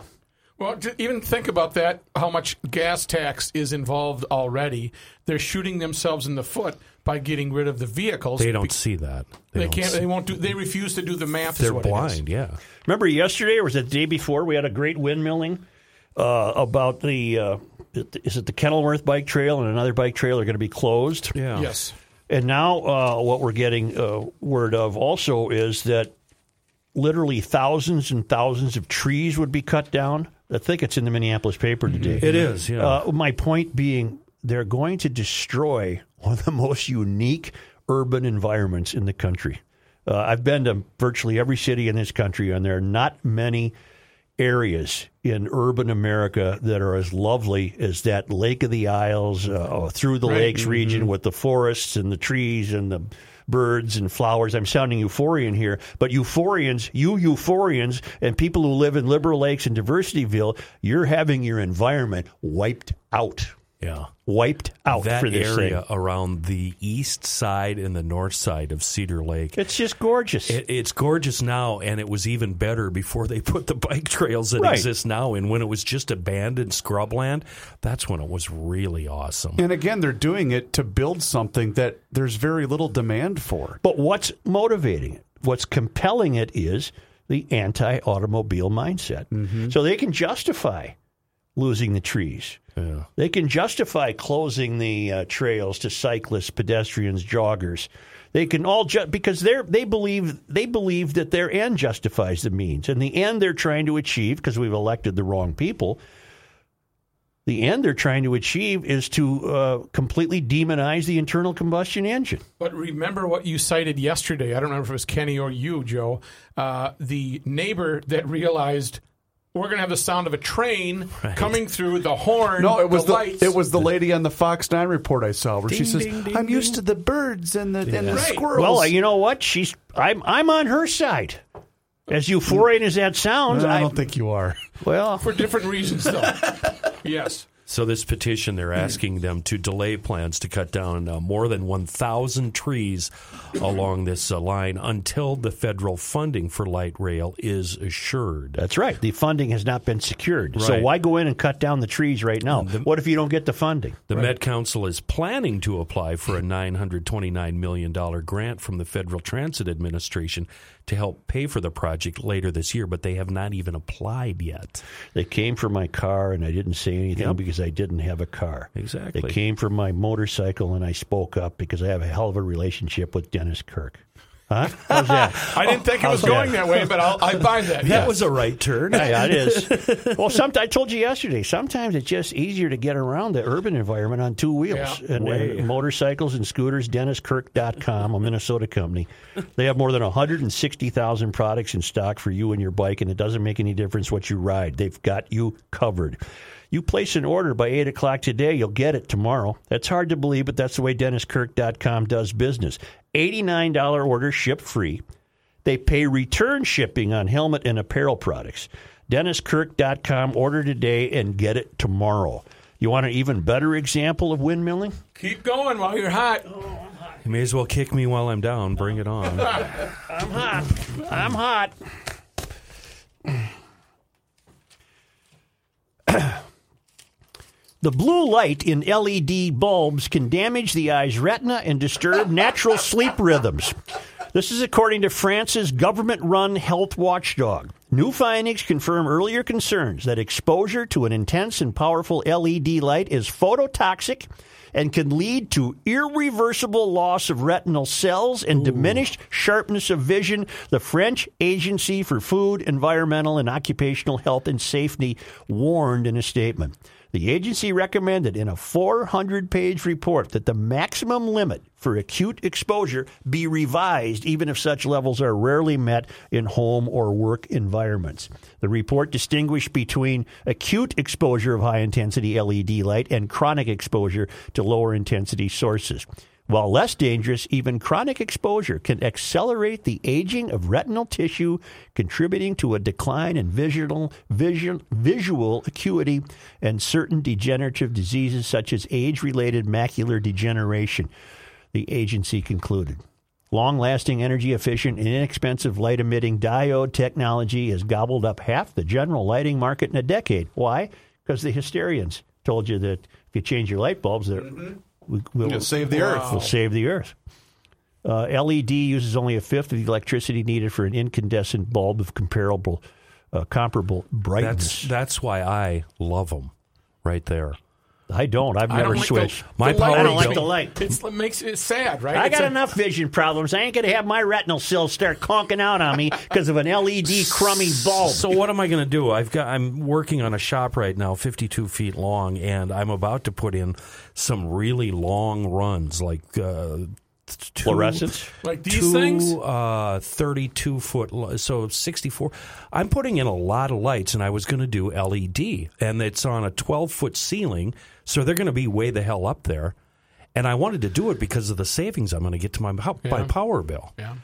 Well, to even think about that, how much gas tax is involved already. They're shooting themselves in the foot by getting rid of the vehicles.
They don't
Be-
see that.
They,
don't
can't.
see-
They won't do. They refuse to do the math. is
they're
what it is.
blind. Yeah.
Remember yesterday, or was it the day before? We had a great windmilling uh, about the uh, is it the Kenilworth bike trail and another bike trail are going to be closed.
Yeah.
Yes.
And now, uh, what we're getting uh, word of also is that literally thousands and thousands of trees would be cut down. I think it's in the Minneapolis paper today.
Mm-hmm. It is. Yeah.
Uh, my point being, they're going to destroy one of the most unique urban environments in the country. Uh, I've been to virtually every city in this country, and there are not many areas in urban America that are as lovely as that Lake of the Isles, uh, or through the lakes
Mm-hmm.
region with the forests and the trees and the birds and flowers. I'm sounding euphorian here, but euphorians, you euphorians, and people who live in Liberal Lakes and Diversityville, you're having your environment wiped out.
yeah.
Wiped out
That
for this
area
thing.
around the east side and the north side of Cedar Lake
It's just gorgeous.
It, it's gorgeous now, and it was even better before they put the bike trails that
Right.
exist now. And when it was just abandoned scrubland, that's when it was really awesome.
And again, they're doing it to build something that there's very little demand for.
But what's motivating it? What's compelling it is the anti automobile mindset. So they can justify losing the trees. They can justify closing the uh, trails to cyclists, pedestrians, joggers. They can all ju- because they are they believe they believe that their end justifies the means, and the end they're trying to achieve because we've elected the wrong people the end they're trying to achieve is to uh, completely demonize the internal combustion engine.
But remember what you cited yesterday. I don't remember if it was Kenny or you, Joe. Uh, the neighbor that realized we're going to have the sound of a train coming through the horn.
No, it was
the,
the,
lights.
it was the lady on the Fox Nine report I saw where she
Ding,
says,
ding, ding,
"I'm
ding."
used to the birds and the and the
Right.
squirrels."
Well, you know what? She's I'm I'm on her side. As euphoric as that sounds,
No, I
I,
don't think you are.
well,
for different reasons, though. yes.
So this petition,
Hmm.
they're asking them to delay plans to cut down uh, more than 1,000 trees along this uh, line until the federal funding for light rail is assured.
that's right. The funding has not been secured. So
Right.
why go in and cut down the trees right now? what if you don't get the funding?
The Met Council is planning to apply for a $929 million grant from the Federal Transit Administration to help pay for the project later this year, but they have not even applied yet.
They came for my car and I didn't say anything because I didn't have a car.
Exactly.
They came for my motorcycle and I spoke up because I have a hell of a relationship with Dennis Kirk. Huh? How's that?
I didn't think it was
how's
going
that?
that way, but I'll, I buy that. yes.
was a right turn.
yeah, it is. Well, somet I told you yesterday. Sometimes it's just easier to get around the urban environment on two wheels
Yeah.
and, and motorcycles and scooters. DennisKirk.com, a Minnesota company. They have more than 160,000 products in stock for you and your bike, and it doesn't make any difference what you ride. They've got you covered. You place an order by 8 o'clock today, you'll get it tomorrow. That's hard to believe, but that's the way DennisKirk.com does business. $89 order, ship free. They pay return shipping on helmet and apparel products. DennisKirk.com. Order today and get it tomorrow. You want an even better example of windmilling?
Keep going while you're hot.
You may as well kick me while I'm down. Bring it on.
I'm hot. I'm hot. the blue light in LED bulbs can damage the eye's retina and disturb natural sleep rhythms. This is according to France's government run health watchdog. New findings confirm earlier concerns that exposure to an intense and powerful LED light is phototoxic and can lead to irreversible loss of retinal cells and diminished sharpness of vision, the French Agency for Food, Environmental, and Occupational Health and Safety warned in a statement. The agency recommended in a 400 page report that the maximum limit for acute exposure be revised, even if such levels are rarely met in home or work environments. The report distinguished between acute exposure of high intensity LED light and chronic exposure to lower intensity sources. While less dangerous, even chronic exposure can accelerate the aging of retinal tissue, contributing to a decline in visual, vision, visual acuity and certain degenerative diseases such as age related macular degeneration, the agency concluded. Long lasting, energy efficient, and inexpensive light emitting diode technology has gobbled up half the general lighting market in a decade. Why? Because the hysterians told you that if you change your light bulbs, they're. We, we'll,
You'll save the earth.
will save the earth. Uh, LED uses only a fifth of the electricity needed for an incandescent bulb of comparable, uh, comparable
That's
brightness.
that's why I love them, right there.
I don't. I've
I
never
don't like
switched.
the-
My
the light
power
I don't like
bill-
the light.
It's, it makes it sad, right?
I
It's
got
a-
enough vision problems. I ain't going to have my retinal cells start conking out on me because of an LED crummy bulb.
So what am I going to do? I've got I'm working on a shop right now, 52 feet long, and I'm about to put in some really long runs, like uh, t- two,
Fluorescence?
Like these
two,
things?
uh, 32 foot, lo- so 64. I'm putting in a lot of lights, and I was going to do LED, and it's on a 12 foot ceiling, so they're going to be way the hell up there. And I wanted to do it because of the savings I'm going to get to my hou- my power bill.
Yeah.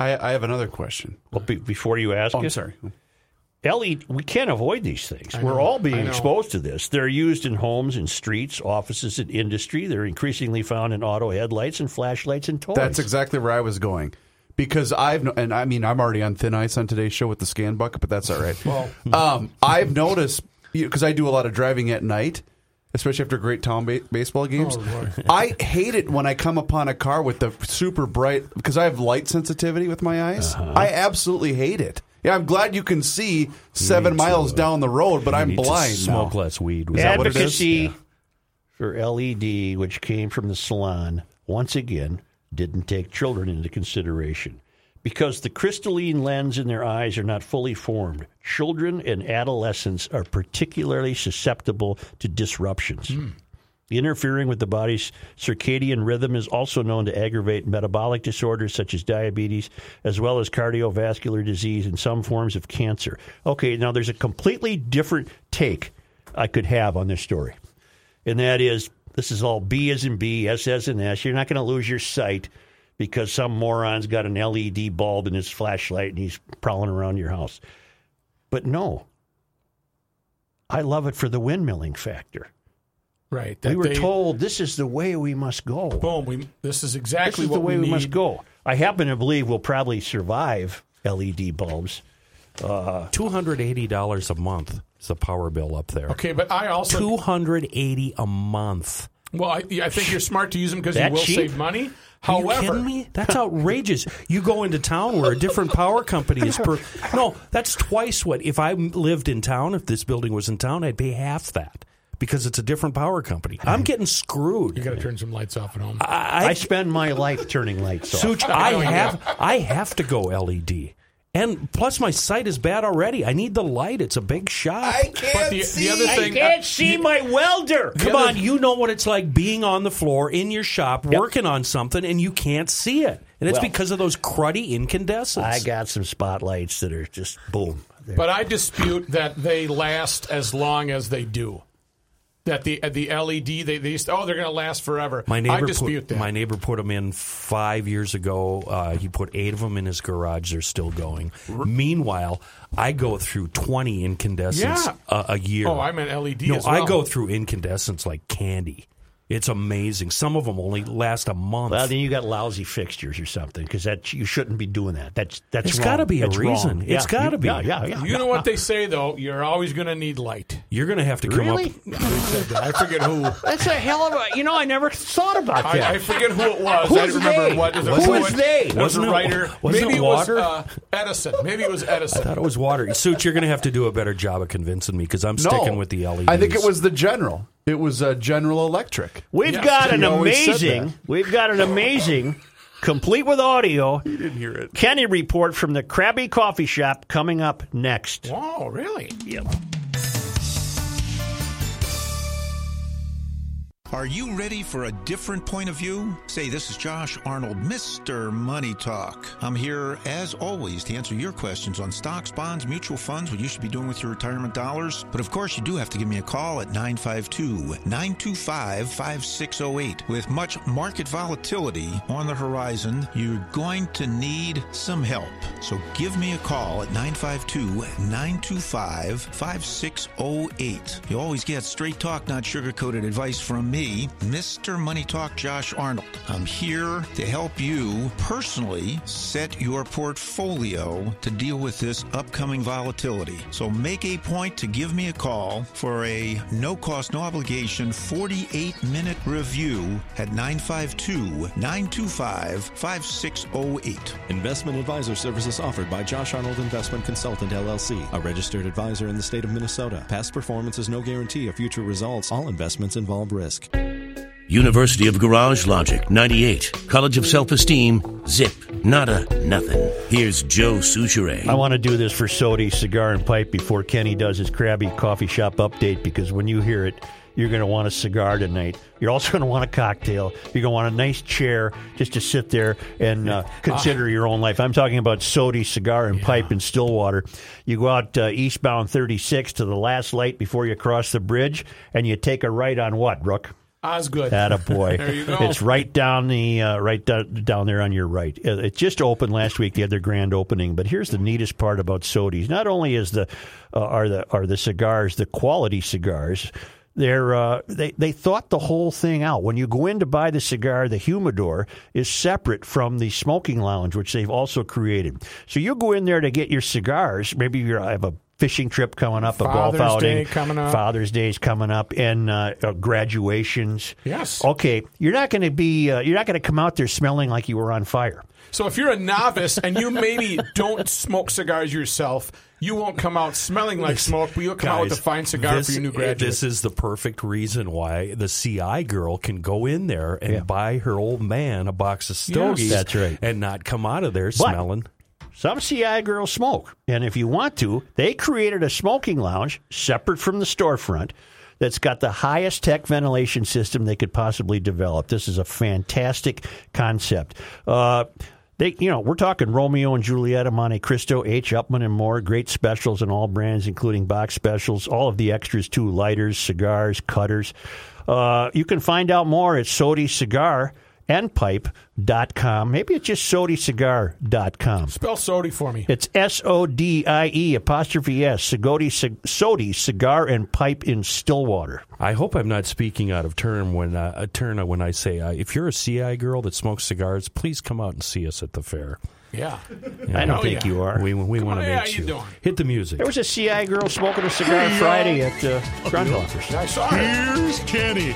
I, I have another question.
Well, be, before you ask,
Oh, I'm
it,
sorry.
LED, E, we can't avoid these things. We're all being exposed to this. They're used in homes and streets, offices and industry. They're increasingly found in auto headlights and flashlights and toys.
That's exactly where I was going. Because I've no- and I mean I'm already on thin ice on today's show with the scan bucket, but that's all right. well, um, I've noticed because I do a lot of driving at night, especially after great town ba- baseball
Oh,
games. I hate it when I come upon a car with the super bright because I have light sensitivity with my eyes.
Uh-huh.
I absolutely hate it. Yeah, I'm glad you can see seven miles down the road, but I'm
Need to
blind. now.
Smoke less weed. Was that what it is?
Advocacy for E LED, which came from the salon, once again didn't take children into consideration. because the crystalline lens in their eyes are not fully formed. Children and adolescents are particularly susceptible to disruptions.
Hmm.
Interfering with the body's circadian rhythm is also known to aggravate metabolic disorders such as diabetes, as well as cardiovascular disease and some forms of cancer. Okay, now there's a completely different take I could have on this story, and that is this is all B as in B, S as in S. You're not going to lose your sight because some moron's got an LED bulb in his flashlight and he's prowling around your house. But no, I love it for the windmilling factor
Right.
we
that
were
they-
told this is the way we must go.
Boom. We, this is
this
exactly
is
what
the way we, must
need.
go. I happen to believe we'll probably survive LED bulbs.
Two hundred eighty dollars a month is the power bill up there.
Okay, but I also
Two hundred eighty a month.
well, I, I think you're smart to use them because you
That
will
cheap?
save money.
Are you
However,
kidding me? That's outrageous. you go into town where a different power company is per. No, that's twice what. If I lived in town, if this building was in town, I'd pay half that because it's a different power company. I'm getting
you
screwed.
got to turn some lights off at home.
I, spend my life turning lights off.
Such, I have I have to go LED. And plus, my sight is bad already. I need the light. It's a big shot.
but the, the other thing,
see my welder.
Come on, you know what it's like being on the floor in your shop working on something and you can't see it. And it's
Well-
because of those cruddy incandescents.
I got some spotlights that are just boom. They're-
But I dispute that they last as long as they do. That the uh, the LED they, they used to, oh they're going to last forever.
my neighbor
I dispute
put,
that.
My neighbor put them in five years ago. Uh, he put eight of them in his garage. They're still going. Meanwhile, I go through twenty incandescents
Yeah.
a, a year.
Oh, I meant LED
No,
as well.
I go through incandescents like candy. It's amazing. Some of them only last a month.
well, then you got lousy fixtures or something because that you shouldn't be doing that. That's that's
It's
wrong.
gotta be a
That's
reason.
Wrong.
It's
Yeah,
gotta
you-
be.
Yeah, yeah, yeah.
you know what they say though, you're always going to need light.
You're going to have to come up.
Really?
I forget who.
That's a hell of a. You know, I never thought about that.
I, I forget who it was. I
Who's
don't remember
they?
what. It was a
Who
poet,
is they?
It was
Wasn't
a
it wa-
writer.
wasn't
Maybe
it
it was
water?
uh, Edison. Maybe it was
I
Edison.
thought it was water. Suits, you're going to have to do a better job of convincing me because I'm sticking with the E LEDs.
I think it was the general. It was uh, General Electric.
We've
Yeah.
got
He
an
always said
amazing,
that.
we've got an amazing, complete with audio. You didn't hear it. Kenny report from the Krabby Coffee Shop coming up next.
Wow, really?
Are you ready for a different point of view? Say, this is Josh Arnold, Mr. Money Talk. I'm here, as always, to answer your questions on stocks, bonds, mutual funds, what you should be doing with your retirement dollars. But of course, you do have to give me a call at 952 925 5608. oh, With much market volatility on the horizon, you're going to need some help. So give me a call at 952 925 5608. You always get straight talk, not sugar coated advice from me, Mr. Money Talk Josh Arnold. I'm here to help you personally set your portfolio to deal with this upcoming volatility. So make a point to give me a call for a no cost, no obligation 48 minute review at 952 925 5608.
Investment advisor services offered by Josh Arnold Investment Consultant LLC, a registered advisor in the state of Minnesota. Past performance is no guarantee of future results. All investments involve risk.
University of Garage Logic 98, College of Self Esteem, Zip, Nada, Nothing. Here's Joe Souchere.
I want to do this for Sody Cigar and Pipe before Kenny does his Krabby Coffee Shop update because when you hear it, you're going to want a cigar tonight. You're also going to want a cocktail. You're going to want a nice chair just to sit there and uh, consider your own life. I'm talking about Sody Cigar and Pipe in Stillwater. You go out uh, eastbound 36 to the last light before you cross the bridge, and you take a right on what, Rook?
Osgood.
That a boy.
There you go.
It's right down the uh, right do- down there on your right. Uh, It just opened last week. They had their grand opening. But here's the neatest part about Sodi's. Not only is the uh, are the are the cigars the quality cigars. They're, uh, they they thought the whole thing out. When you go in to buy the cigar, the humidor is separate from the smoking lounge, which they've also created. So you go in there to get your cigars. Maybe you have a fishing trip coming up, a golf
Father's Day
outing,
coming up.
Father's Day's coming up, and uh, uh, graduations.
Yes.
Okay, you're not going to be uh, you're not going to come out there smelling like you were on fire.
So if you're a novice and you maybe don't smoke cigars yourself, you won't come out smelling like smoke, but you'll come out with
Guys,
a fine cigar
this,
for your new graduate.
This is the perfect reason why the CI girl can go in there and buy her old man a box of stogies.
That's right.
And not come out of there
But
smelling.
Some CI girls smoke, and if you want to, they created a smoking lounge separate from the storefront that's got the highest tech ventilation system they could possibly develop. This is a fantastic concept. Uh, they, you know, we're talking Romeo and Juliet, Monte Cristo, H. Upman, and more. Great specials in all brands, including box specials, all of the extras too, lighters, cigars, cutters. Uh, you can find out more at Sodi Cigar and Pipe.com. Maybe it's just SodiCigar.com.
Spell Sodi for me.
It's S O D I E apostrophe S, Sogodi, Cig- Sodi, Cigar and Pipe in Stillwater.
I hope I'm not speaking out of turn when uh, a turn when I say uh, if you're a CI girl that smokes cigars, please come out and see us at the fair.
Yeah.
I don't
Oh,
think
yeah.
you are.
We we want to
on,
meet
how you
you.
doing?
Hit the music.
There was a CI girl smoking a cigar Friday at uh,
Oh,
Grundhoffer's.
I saw it.
Here's Kenny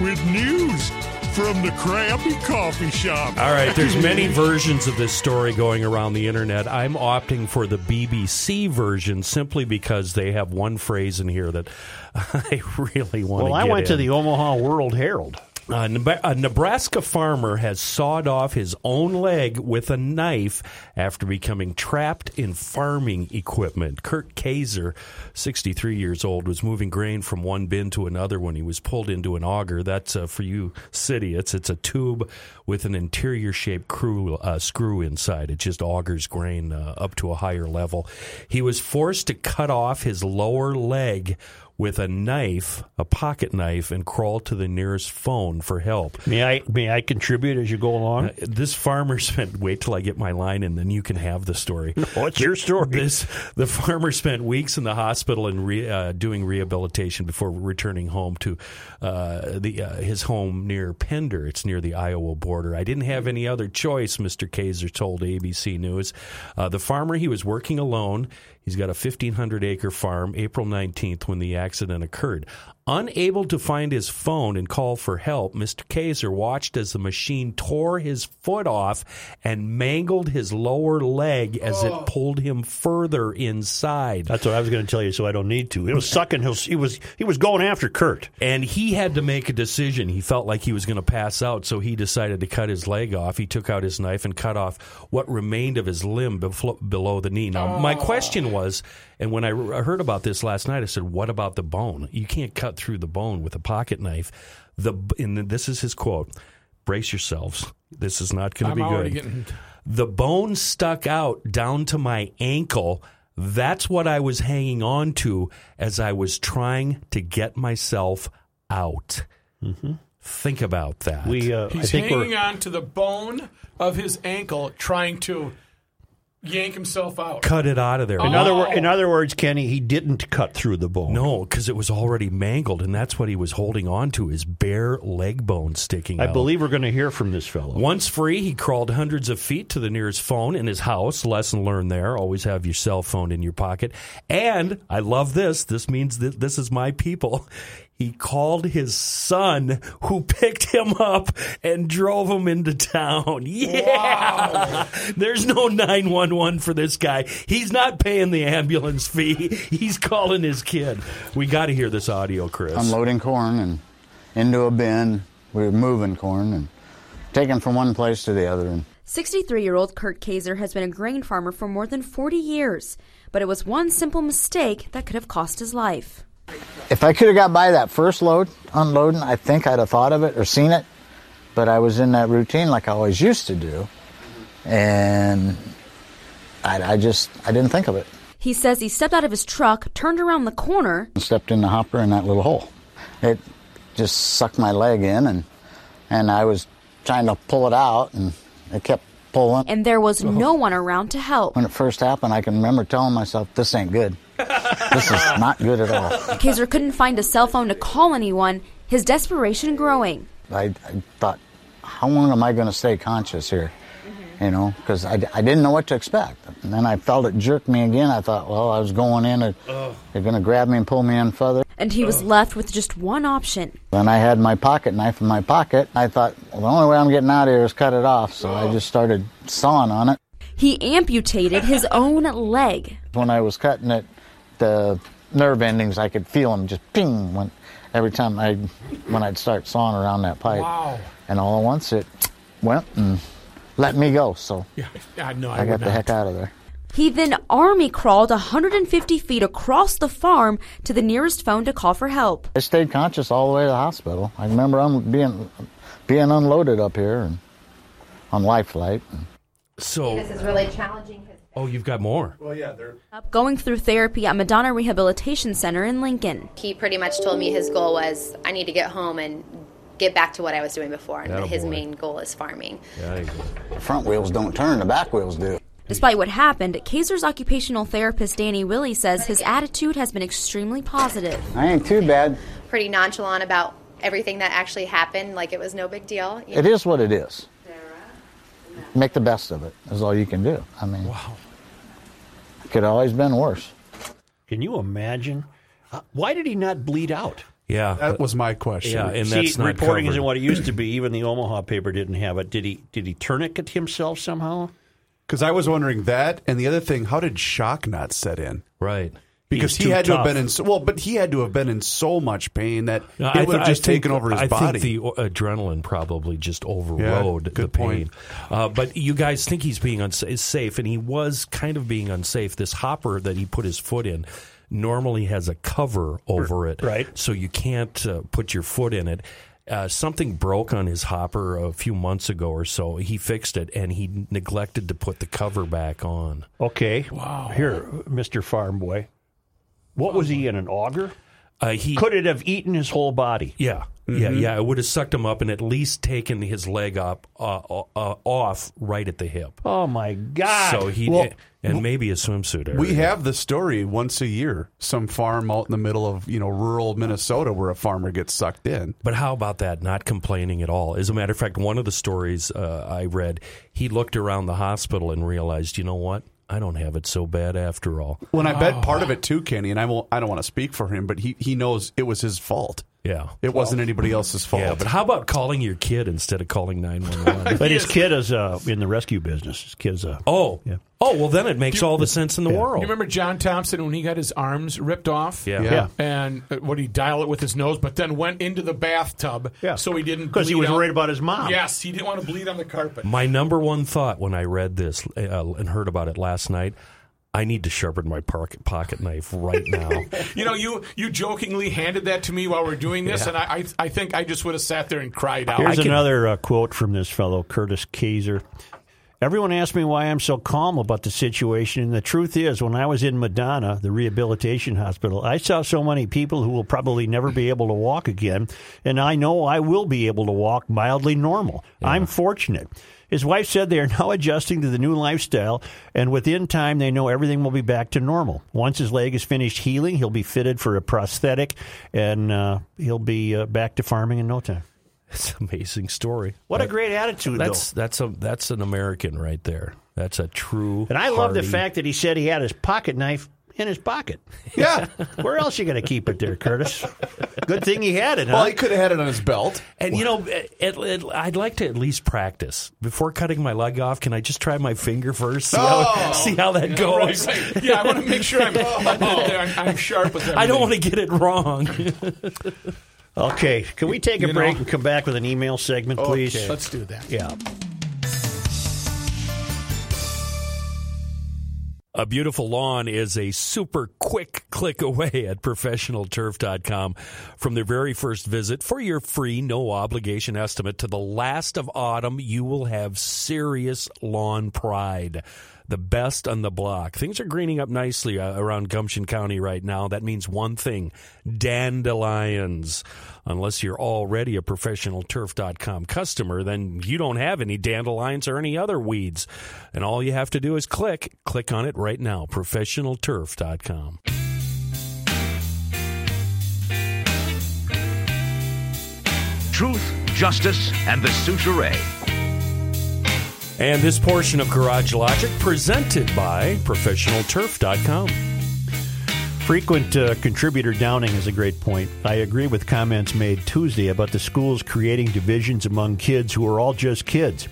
with news from the Krabby Coffee Shop.
All right, there's many versions of this story going around the internet. I'm opting for the BBC version simply because they have one phrase in here that I really want
Well,
to
I
get
went to
in.
the Omaha World Herald.
A, Neb- a Nebraska farmer has sawed off his own leg with a knife after becoming trapped in farming equipment. Kurt Kaiser, 63 years old, was moving grain from one bin to another when he was pulled into an auger. That's uh, for you city. It's it's a tube with an interior shaped crew, uh, screw inside. It just augers grain uh, up to a higher level. He was forced to cut off his lower leg with a knife, a pocket knife, and crawl to the nearest phone for help.
May I may I contribute as you go along?
This farmer spent, wait till I get my line and then you can have the story.
Oh, it's your story.
This the farmer spent weeks in the hospital and re, uh, doing rehabilitation before returning home to uh, the uh, his home near Pender. It's near the Iowa border. I didn't have any other choice, Mister Kaiser told ABC News. Uh, the farmer he was working alone. He's got a 1,500 acre farm. April 19th, when the accident occurred, unable to find his phone and call for help, Mister Kaiser watched as the machine tore his foot off and mangled his lower leg as it pulled him further inside.
That's what I was going to tell you, so I don't need to. It was
Uh,
sucking. His, he was he was going after Kurt.
And he had to make a decision. He felt like he was going to pass out, so he decided to cut his leg off. He took out his knife and cut off what remained of his limb beflo- below the knee. Now, my question was, and when I re- I heard about this last night, I said, "What about the bone? You can't cut through the bone with a pocket knife." The b- and then this is his quote: "Brace yourselves. This is not going to
I'm
be
already
good."
getting.
The bone stuck out down to my ankle. That's what I was hanging on to as I was trying to get myself out. Think about that.
Mm-hmm. We uh, I
He's
think
hanging
we're
on to the bone of his ankle, trying to yank himself out.
cut it out of there.
in other wor- in other words, Kenny, he didn't cut through the bone.
No, because it was already mangled, and that's what he was holding on to his bare leg bone sticking
I
out.
believe we're going to hear from this fellow.
Once free, he crawled hundreds of feet to the nearest phone in his house. Lesson learned there. Always have your cell phone in your pocket. And I love this. This means that this is my people. He called his son, who picked him up and drove him into town. Yeah. There's no 911 for this guy. He's not paying the ambulance fee. He's calling his kid. We got to hear this audio, Chris.
Unloading corn and into a bin. We Hmm. were moving corn and taking from one place to the other. And
63 year old Kurt Kaiser has been a grain farmer for more than 40 years, but it was one simple mistake that could have cost his life.
if I could have got by that first load, unloading, I think I'd have thought of it or seen it. But I was in that routine like I always used to do, and I, I just I didn't think of it.
He says he stepped out of his truck, turned around the corner,
and stepped in the hopper in that little hole. It just sucked my leg in, and and I was trying to pull it out, and it kept pulling.
and there was no one around to help.
When it first happened, I can remember telling myself, "This ain't good. This is not good at all."
Kaiser couldn't find a cell phone to call anyone, his desperation growing.
I, I thought, "How long am I going to stay conscious here?" you know, because I, I didn't know what to expect. And then I felt it jerk me again. I thought, well, I was going in, and they're going to grab me and pull me in further.
And he was left with just one option.
Then I had my pocket knife in my pocket. I thought, well, the only way I'm getting out of here is cut it off. So I just started sawing on it.
He amputated his own leg.
When I was cutting it, the nerve endings, I could feel them just ping when, every time I when I'd start sawing around that pipe.
Wow.
And all at once it went and let me go. So
I know.
I, got the heck out of there.
He then army crawled 150 feet across the farm to the nearest phone to call for help.
I stayed conscious all the way to the hospital. I remember I'm being being unloaded up here and on life flight.
So
This is really challenging.
Oh, you've got more.
Well, yeah, they're.
Going through therapy at Madonna Rehabilitation Center in Lincoln.
He pretty much told me his goal was I need to get home and get back to what I was doing before, and
Atta
his
boy.
main goal is farming.
The front wheels don't turn, the back wheels do.
Despite what happened, Kaiser's occupational therapist Danny Willie says his attitude has been extremely positive.
I ain't too bad.
Pretty nonchalant about everything that actually happened, like it was no big deal.
It is what it is. Make the best of it is all you can do. I mean, wow. It could have always been worse.
Can you imagine? Uh, Why did he not bleed out?
Yeah,
that was my question.
See, reporting isn't what it used to be. Even the Omaha paper didn't have it. Did he? Did he tourniquet himself somehow?
Because I was wondering that, and the other thing, how did shock not set in?
Right.
Because
He's
he
too
had to have
tough.
been in so- well, but he had to have been in so much pain that
No,
it would
th-
have just
think-
taken over his
I
body.
think the o- adrenaline probably just overrode the pain.
point.
Uh, but you guys think he's being unsafe, and he was kind of being unsafe. This hopper that he put his foot in normally has a cover over it, right? So you can't uh, put your foot in it. Uh, something broke on his hopper a few months ago or so. He fixed it, and he neglected to put the cover back on.
Okay. Wow. Here, Mr. Farm Boy. What was he in? An auger?
Uh, he
could it have eaten his whole body?
Yeah, yeah, yeah. It would have sucked him up and at least taken his leg up uh, uh, off right at the hip.
Oh my God!
So he and maybe a swimsuit. Area.
We have the story once a year. Some farm out in the middle of you know rural Minnesota where a farmer gets sucked in.
But how about that? Not complaining at all. As a matter of fact, one of the stories uh, I read, he looked around the hospital and realized, you know what? I don't have it so bad after all.
Well, and I bet part of it too, Kenny. And I won't. I don't want to speak for him, but he he knows it was his fault.
Yeah,
it wasn't anybody else's fault.
Yeah, but how about calling your kid instead of calling nine one one?
But his kid is uh, in the rescue business. His kid's uh,
Oh, oh, well, then it makes all the sense in the
You
world.
remember John Thompson when he got his arms ripped off?
Yeah. Yeah.
And uh, what he dial it with his nose, but then went into the bathtub. Yeah. So he didn't
'Cause he
bleed
was
out.
worried about his mom.
Yes, he didn't want to bleed on the carpet.
My number one thought when I read this uh, and heard about it last night, I need to sharpen my pocket pocket knife right now.
You know, you you jokingly handed that to me while we're doing this,
Yeah.
and I, I I think I just would have sat there and cried out.
Here's another uh, quote from this fellow, Curtis Kaiser. Everyone asks me why I'm so calm about the situation, and the truth is, when I was in Madonna, the rehabilitation hospital, I saw so many people who will probably never be able to walk again, and I know I will be able to walk mildly normal. I'm fortunate. His wife said they are now adjusting to the new lifestyle, and within time, they know everything will be back to normal. Once his leg is finished healing, he'll be fitted for a prosthetic, and uh, he'll be uh, back to farming in no time.
It's an amazing story.
What a great attitude,
That's that's a that's an American right there. That's a true.
And I love the
hearty-
fact that he said he had his pocket knife in his pocket.
Yeah.
Where else you going to keep it there, Curtis? Good thing he had it.
Well,
huh?
he could have had it on his belt.
And you know, it, it, I'd like to at least practice before cutting my leg off. Can I just try my finger first? See, how,
Oh.
see how that
Yeah,
goes.
right, right. Yeah, I want to make sure I'm, I'm, out there, I'm, I'm sharp with everything.
I don't want to get it wrong.
Okay, can we take a
You
break
know-
and come back with an email segment, please?
Okay, let's do that.
Yeah.
A beautiful lawn is a super quick click away at professionalturf.com from their very first visit for your free no obligation estimate to the last of autumn you will have serious lawn pride the best on the block things are greening up nicely uh, around Gumption County right now that means one thing dandelions unless you're already a professionalturf.com customer then you don't have any dandelions or any other weeds and all you have to do is click click on it right now professionalturf.com
Truth, justice, and the suture.
And this portion of Garage Logic presented by ProfessionalTurf.com.
Frequent uh, contributor Downing is a great point. I agree with comments made Tuesday about the schools creating divisions among kids who are all just kids.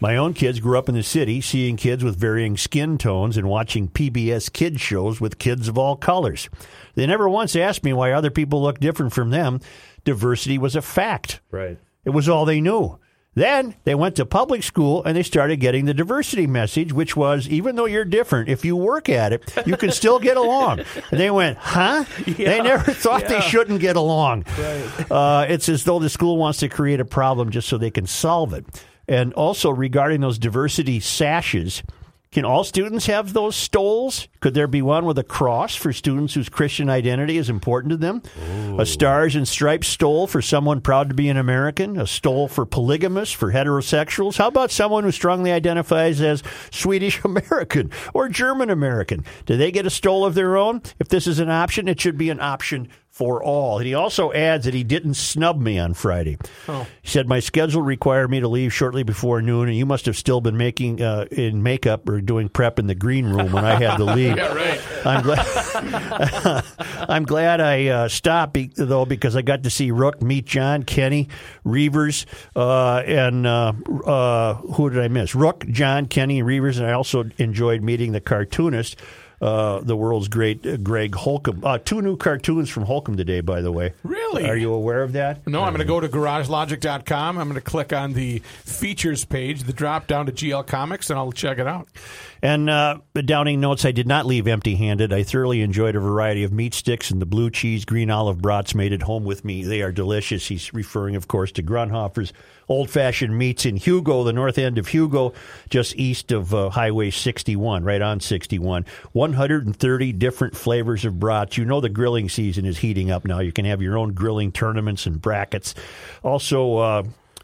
My own kids grew up in the city, seeing kids with varying skin tones and watching PBS kids shows with kids of all colors. They never once asked me why other people looked different from them. Diversity was a fact.
Right.
It was all they knew. Then they went to public school and they started getting the diversity message, which was even though you're different, if you work at it, you can still get along. And they went, huh? they
Yeah,
never thought they
yeah.
shouldn't get along. Uh, it's as though the school wants to create a problem just so they can solve it. And also regarding those diversity sashes, can all students have those stoles? Could there be one with a cross for students whose Christian identity is important to them? A stars and stripes stole for someone proud to be an American? A stole for polygamists, for heterosexuals? How about someone who strongly identifies as Swedish American or German American? Do they get a stole of their own? If this is an option, it should be an option for all. And he also adds that he didn't snub me on Friday.
Oh.
He said my schedule required me to leave shortly before noon, and you must have still been making uh, in makeup or doing prep in the green room when I had to leave.
Yeah, right.
I'm glad. I'm glad I uh, stopped be- though because I got to see Rook meet John Kenny Reavers uh, and uh, uh, who did I miss? Rook, John Kenny Reavers, and I also enjoyed meeting the cartoonist. Uh, the world's great uh, Greg Holcomb. Uh, two new cartoons from Holcomb today, by the way.
Really?
Are you aware of that?
No, I'm going to go to garagelogic.com. I'm going to click on the features page, the drop down to GL Comics, and I'll check it out.
And uh, Downing notes, I did not leave empty handed. I thoroughly enjoyed a variety of meat sticks and the blue cheese, green olive brats made at home with me. They are delicious. He's referring, of course, to Grunhofer's old fashioned meats in Hugo, the north end of Hugo, just east of uh, Highway 61, right on 61. 130 different flavors of brats. You know the grilling season is heating up now. You can have your own grilling tournaments and brackets. Also, uh,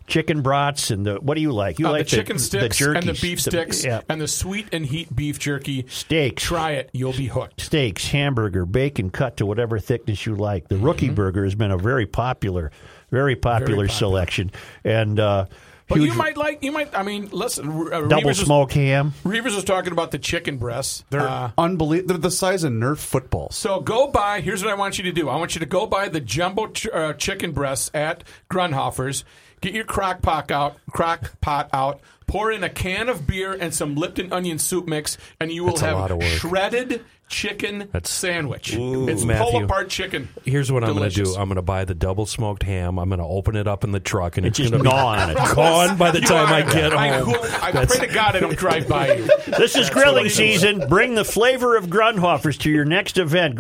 Chicken brats and the what do you like? You
Uh,
like
the chicken sticks
the
and the
jerkies,
beef sticks
yeah.
and the sweet and heat beef jerky
steaks.
Try it; you'll be hooked.
steaks, hamburger, bacon cut to whatever thickness you like. The rookie burger has been a very popular, Mm-hmm. very popular, selection, and uh,
But
huge
you might like you might. I mean, listen. Uh,
double
Reavers was-
smoke ham.
Reavers was talking about the chicken breasts.
They're
Uh,
unbelievable. They're the size of Nerf footballs.
so go buy. Here's what I want you to do. I want you to go buy the jumbo ch- uh, chicken breasts at Grunhofer's. Get your crock pot out. Crock pot out. Pour in a can of beer and some Lipton onion soup mix, and you will
That's a lot
have
of work.
shredded chicken sandwich.
Ooh.
it's
Matthew.
pull apart chicken.
Here's what I'm
Delicious.
going to do. I'm going to buy the double smoked ham. I'm going to open it up in the truck and
And
it's
just
going to be
gnaw on it.
gone by the
You
time
are.
I get
I
home.
hope- I
That's-
pray to
God I don't drive by you.
This is
That's what
grilling
I'm
season. Bring the flavor of Grunhofer's to your next event.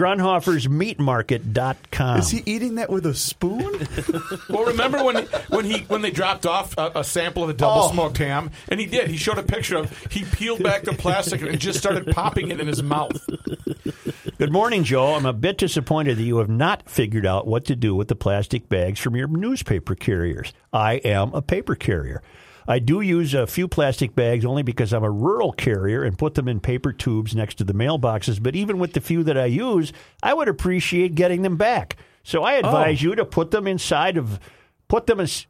Grunhofersmeatmarket.com.
Is he eating that with a spoon?
Well, remember when when he when they dropped off a, a sample of the double smoked ham, and he did. He showed a picture of he peeled back the plastic and just started popping it in his mouth.
Good morning, Joe. I'm a bit disappointed that you have not figured out what to do with the plastic bags from your newspaper carriers. I am a paper carrier. I do use a few plastic bags only because I'm a rural carrier and put them in paper tubes next to the mailboxes, but even with the few that I use, I would appreciate getting them back. So I advise you to put them inside of put them as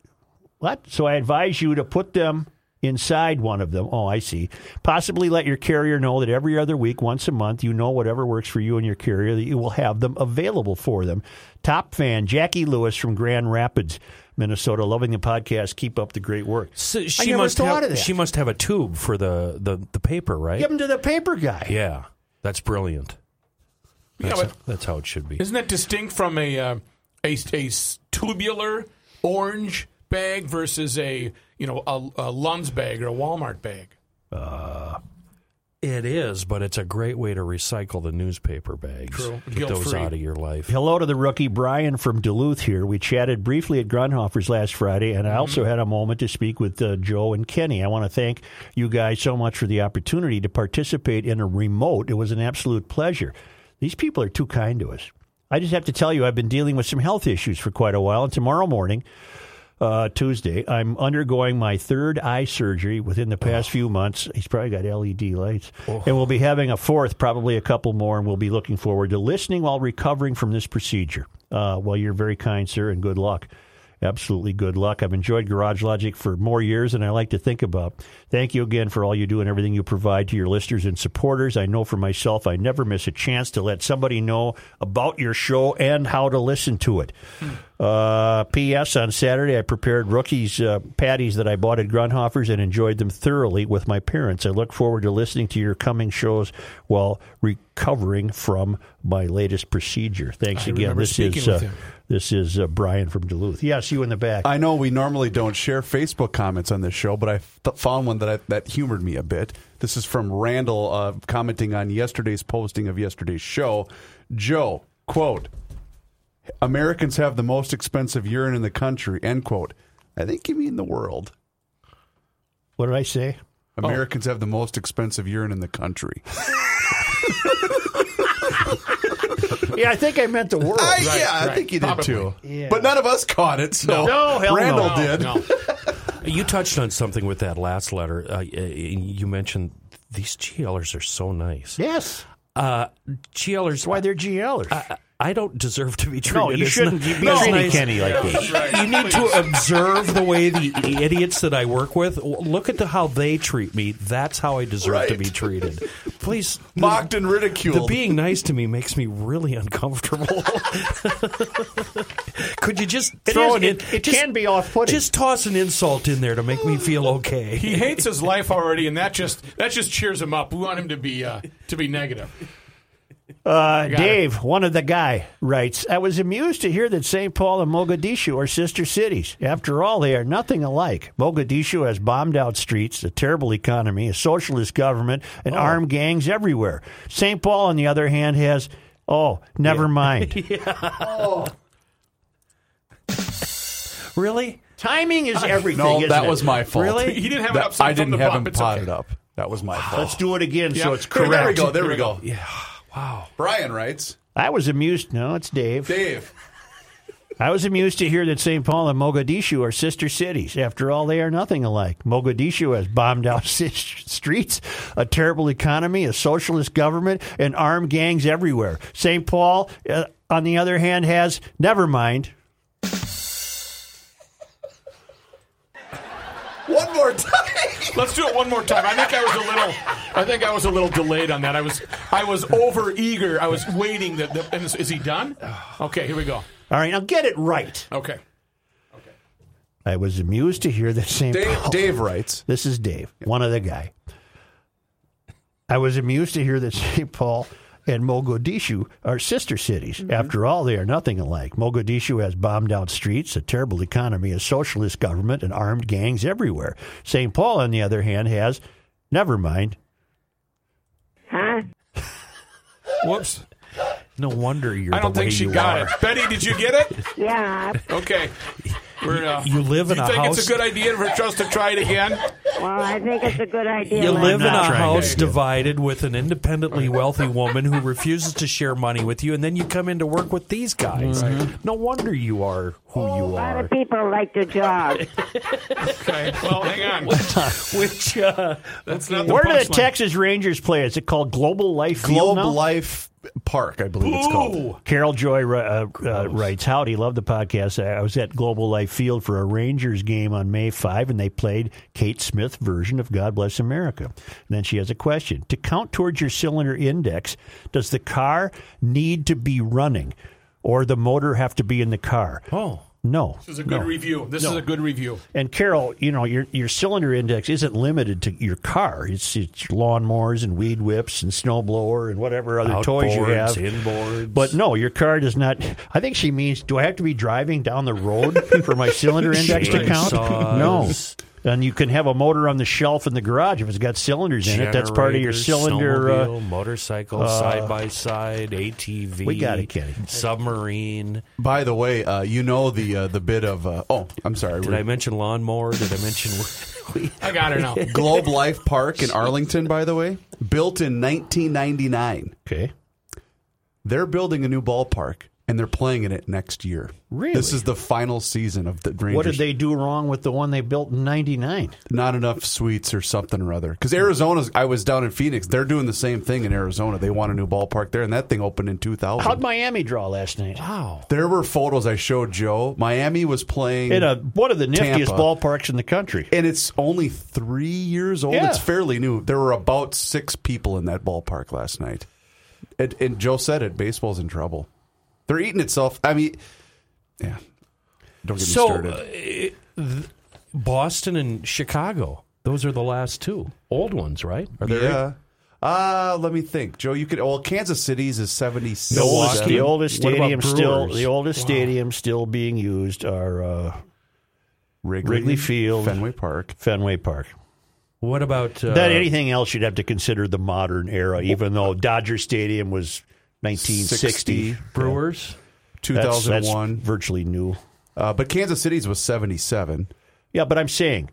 what? So I advise you to put them inside one of them. Oh, I see. Possibly let your carrier know that every other week, once a month, you know whatever works for you and your carrier, that you will have them available for them. Top fan, Jackie Lewis from Grand Rapids, Minnesota. Loving the podcast. Keep up the great work.
So she
I never
must
thought
have,
of that.
She must have a tube for the, the, the paper, right?
Give them to the paper guy.
Yeah, that's brilliant.
Yeah,
That's,
but-
that's how it should be.
Isn't that distinct from a uh, a, a tubular orange bag versus a you know a, a Lund's bag or a Walmart bag?
Uh, it is, but it's a great way to recycle the newspaper bags.
True.
Get those
Guilt-free.
out of your life.
Hello to the rookie Brian from Duluth here. We chatted briefly at Grunhofer's last Friday, and I also had a moment to speak with uh, Joe and Kenny. I want to thank you guys so much for the opportunity to participate in a remote. It was an absolute pleasure. These people are too kind to us. I just have to tell you, I've been dealing with some health issues for quite a while, and tomorrow morning, uh, Tuesday. I'm undergoing my third eye surgery within the past few months. He's probably got LED lights. And we'll be having a fourth, probably a couple more, and we'll be looking forward to listening while recovering from this procedure. Uh, well, you're very kind, sir, and good luck. Absolutely good luck. I've enjoyed Garage Logic for more years than I like to think about. Thank you again for all you do and everything you provide to your listeners and supporters. I know for myself, I never miss a chance to let somebody know about your show and how to listen to it.
Hmm.
Uh, P.S. On Saturday, I prepared rookies uh, patties that I bought at Grunhofer's and enjoyed them thoroughly with my parents. I look forward to listening to your coming shows while recovering from my latest procedure. Thanks
I
again.
remember
This
speaking
is
with
uh,
him.
this is uh, Brian from Duluth. Yes, you in the back.
I know we normally don't share Facebook comments on this show, but I th- found one that I, that humored me a bit. This is from Randall uh, commenting on yesterday's posting of yesterday's show. Joe quote: "Americans have the most expensive urine in the country." End quote. I think you mean the world.
What did I say?
Americans have the most expensive urine in the country.
yeah, I think I meant the world.
I- yeah, I think you did too.
Yeah.
But none of us caught it, so
No, hell no.
Randall
No,
did.
no.
You touched on something with that last letter. Uh, y- y- you mentioned these GLers are so nice.
Yes.
Uh, GLers.
Why they're GLers?
I, I don't deserve to be treated.
No, you
as
shouldn't
ni-
be
as
treating Kenny like this.
You need to observe the way the idiots that I work with look at the, how they treat me. That's how I deserve to be treated. Please,
mocked and ridiculed.
The being nice to me makes me really uncomfortable. Could you just
It
throw
is-
an
it-
in,
it
just-
can be off-putting.
Just toss an insult in there to make me feel okay.
He hates his life already, and that just that just cheers him up. We want him to be uh, to be negative.
Uh,
got
Dave, one of the guy writes, I was amused to hear that St. Paul and Mogadishu are sister cities. After all, they are nothing alike. Mogadishu has bombed out streets, a terrible economy, a socialist government, and armed gangs everywhere. St. Paul, on the other hand, has, oh, never mind.
Really?
Timing is everything.
No,
isn't
that
it?
was my fault.
Really?
He didn't have it
That-
upside
I
from the
didn't have
bump.
him
It's
potted
okay.
up. That was my fault.
Let's do it again so
Yeah.
it's
Here,
correct.
There we go. There we go.
Wow.
Brian writes,
I was amused. No, it's Dave.
Dave.
I was amused to hear that St. Paul and Mogadishu are sister cities. After all, they are nothing alike. Mogadishu has bombed out si- streets, a terrible economy, a socialist government, and armed gangs everywhere. St. Paul, uh, on the other hand, has never mind.
One more time.
Let's do it one more time. I think I was a little, I think I was a little delayed on that. I was, I was over eager. I was waiting. That, that and is, is he done? Okay, here we go.
All right, now get it right.
Okay,
I was amused to hear that St. Paul.
Dave, Dave writes,
This is Dave, one other guy. I was amused to hear that St. Paul and Mogadishu are sister cities. After all, they are nothing alike. Mogadishu has bombed out streets, a terrible economy, a socialist government, and armed gangs everywhere. St. Paul, on the other hand, has never mind.
whoops.
No wonder you're.
I don't
the
think
way
she
you
got
are.
it. Betty, did you get it?
Yeah.
Okay. We're, uh,
You live in
you
a
think
house.
it's a good idea for us to try it again?
Well, I think it's a good idea.
You
Len.
live in a
trying to
house
do it.
divided with an independently wealthy woman who refuses to share money with you, and then you come in to work with these guys.
Mm-hmm.
No wonder you are who you
A lot
are.
of people like to jog.
Okay. Well, hang on.
Which uh,
That's not the
Where do the
punchline.
Texas Rangers play? Is it called Global Life Field
Globe
now?
Life Park, I believe it's called.
Carol Joy uh, uh, writes, Howdy, love the podcast. I was at Global Life Field for a Rangers game on May 5, and they played Kate Smith's version of God Bless America. And then she has a question To count towards your cylinder index, does the car need to be running or the motor have to be in the car?
oh,
No.
This is a good review. This is a good review.
And Carol, you know your your cylinder index isn't limited to your car. It's it's lawnmowers and weed whips and snowblower and whatever other toys you have.
Outboards, inboards.
But no, your car does not. I think she means, do I have to be driving down the road for my cylinder index to count? No.
Chainsaws.
And you can have a motor on the shelf in the garage if it's got cylinders in it. That's part of your
generators,
cylinder. Uh,
snowmobile, motorcycle, side by side, ATV.
We got it, Kenny.
Submarine.
By the way, uh, you know the uh, the bit of uh, oh, I'm sorry.
Did I mention lawnmower? Did I mention?
I got her now.
Globe Life Park in Arlington, by the way, built in 1999.
okay.
They're building a new ballpark and they're playing in it next year.
Really?
This is the final season of the Rangers.
What did they do wrong with the one they built in '99?
Not enough suites or something or other. Because Arizona's, I was down in Phoenix. They're doing the same thing in Arizona. They want a new ballpark there, and that thing opened in 2000.
How'd Miami draw last night? Wow.
there were photos I showed Joe. Miami was playing
In a, one of the niftiest
Tampa.
ballparks in the country.
and it's only three years old.
Yeah.
It's fairly new. There were about six people in that ballpark last night, and, and Joe said it. Baseball's in trouble. They're eating itself. I mean, yeah. Don't get
So,
me started.
uh, it- th- Boston and Chicago. Those are the last two old ones, right? Are there
yeah. Uh, let me think, Joe. You could. Well, Kansas City's is seventy
The
six.
oldest, the oldest
What about
stadium still,
Brewers?
the oldest stadium still being used are uh,
Wrigley,
Field,
Fenway Park,
Fenway Park.
What about uh,
that anything else you'd have to consider the modern era, even though Dodger Stadium was 1960.
60,
Brewers?
Two
That's-
thousand
that's
one,
virtually new.
Uh, but Kansas City's was seventy seven.
Yeah, but I'm saying,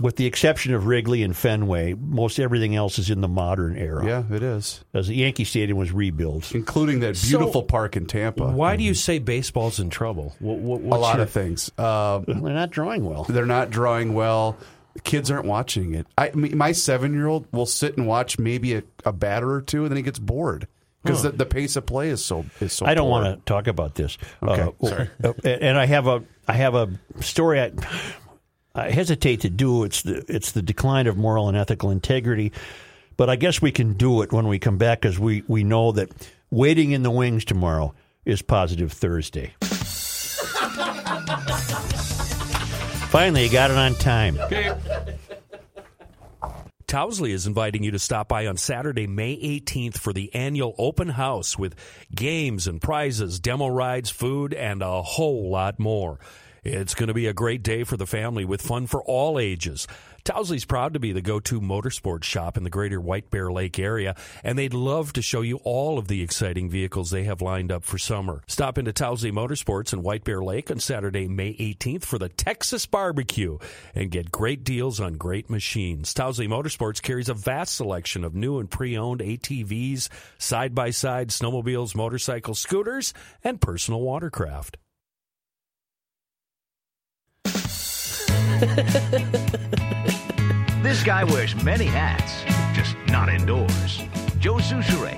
with the exception of Wrigley and Fenway, most everything else is in the modern era.
Yeah, it is.
As the Yankee Stadium was rebuilt.
Including that
So-
beautiful park in Tampa.
Why do you say baseball's in trouble? What, what,
a
what's
lot
your-
of things. Um,
They're not drawing well.
They're not drawing well. The Kids aren't watching it. I, me- my seven year old will sit and watch maybe a, a batter or two, and then he gets bored because
Huh.
the, the pace of play is so is so.
I don't
poor.
want to talk about this.
Okay,
Uh,
sorry.
uh, and I have a I have a story I, I hesitate to do. It's the it's the decline of moral and ethical integrity, but I guess we can do it when we come back because we we know that waiting in the wings tomorrow is positive Thursday. Finally, you got it on time.
Towsley is inviting you to stop by on Saturday, May 18th for the annual open house with games and prizes, demo rides, food, and a whole lot more. It's going to be a great day for the family with fun for all ages. Towsley's proud to be the go to motorsports shop in the greater White Bear Lake area, and they'd love to show you all of the exciting vehicles they have lined up for summer. Stop into Towsley Motorsports in White Bear Lake on Saturday, May 18th for the Texas Barbecue and get great deals on great machines. Towsley Motorsports carries a vast selection of new and pre owned ATVs, side by side, snowmobiles, motorcycles, scooters, and personal watercraft.
This guy wears many hats, just not indoors. Joe Souchere.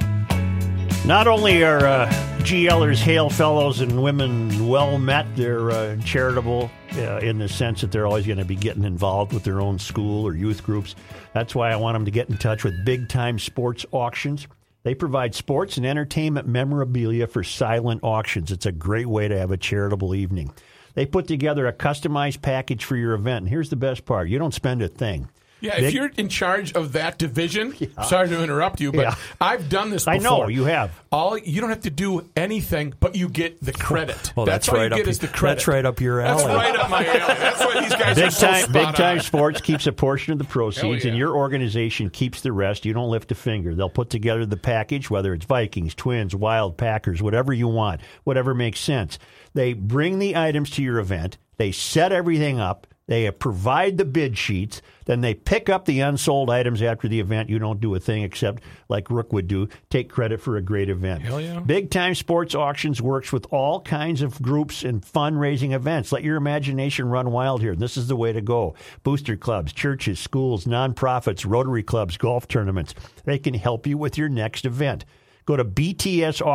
Not only are uh, GLers hail fellows and women well met, they're uh, charitable uh, in the sense that they're always going to be getting involved with their own school or youth groups. That's why I want them to get in touch with Big Time Sports Auctions. They provide sports and entertainment memorabilia for silent auctions. It's a great way to have a charitable evening. They put together a customized package for your event. And here's the best part you don't spend a thing.
Yeah,
They-
if you're in charge of that division, sorry to interrupt you, but
Yeah.
I've done this. Before.
I know, you have.
All you don't have to do anything, but you get the credit.
Well, that's
all
right
you
up
get is
y-
the credit.
that's right up your
That's
alley.
right up my alley. That's why these guys are
Big
so
time,
spot
big
on.
time sports keeps a portion of the proceeds, and your organization keeps the rest. You don't lift a finger. They'll put together the package, whether it's Vikings, Twins, Wild, Packers, whatever you want, whatever makes sense. They bring the items to your event. They set everything up. They provide the bid sheets. Then they pick up the unsold items after the event. You don't do a thing except, like Rook would do, take credit for a great event.
Hell yeah.
Big Time Sports Auctions works with all kinds of groups and fundraising events. Let your imagination run wild here. This is the way to go. Booster clubs, churches, schools, nonprofits, rotary clubs, golf tournaments. They can help you with your next event. Go to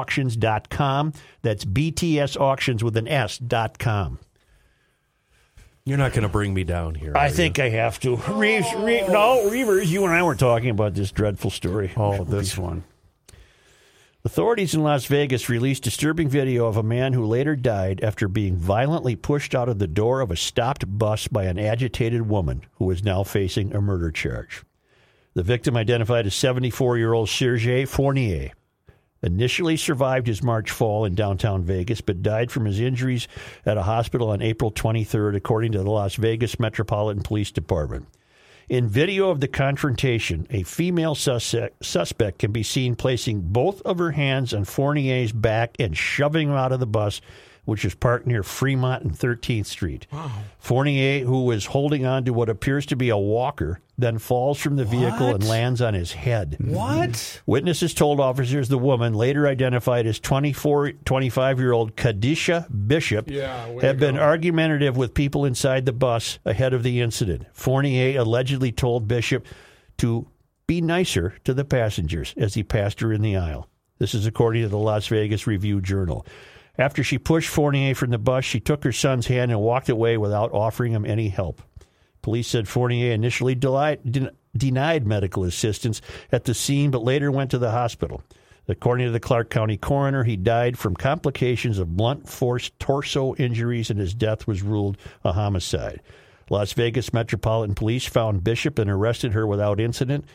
btsauctions.com. That's btsauctions with an S dot com.
You're not going to bring me down here.
I think I have to. Reeves, Reeves, no, Reavers, you and I were talking about this dreadful story. Oh, this
one.
Authorities in Las Vegas released disturbing video of a man who later died after being violently pushed out of the door of a stopped bus by an agitated woman who is now facing a murder charge. The victim, identified as 74 year old Serge Fournier, initially survived his March fall in downtown Vegas, but died from his injuries at a hospital on April 23rd, according to the Las Vegas Metropolitan Police Department. In video of the confrontation, a female suspect, suspect can be seen placing both of her hands on Fournier's back and shoving him out of the bus which is parked near Fremont and 13th Street.
Wow.
Fournier, who was holding on to what appears to be a walker, then falls from the vehicle and
What?
lands on his head.
What?
Witnesses told officers the woman, later identified as 24, 25 year old Kadisha Bishop,
Yeah, way
had
to
been argumentative with people inside the bus ahead of the incident. Fournier allegedly told Bishop to be nicer to the passengers as he passed her in the aisle. This is according to the Las Vegas Review Journal. After she pushed Fournier from the bus, she took her son's hand and walked away without offering him any help. Police said Fournier initially deli- den- denied medical assistance at the scene, but later went to the hospital. According to the Clark County coroner, he died from complications of blunt force torso injuries, and his death was ruled a homicide. Las Vegas Metropolitan Police found Bishop and arrested her without incident.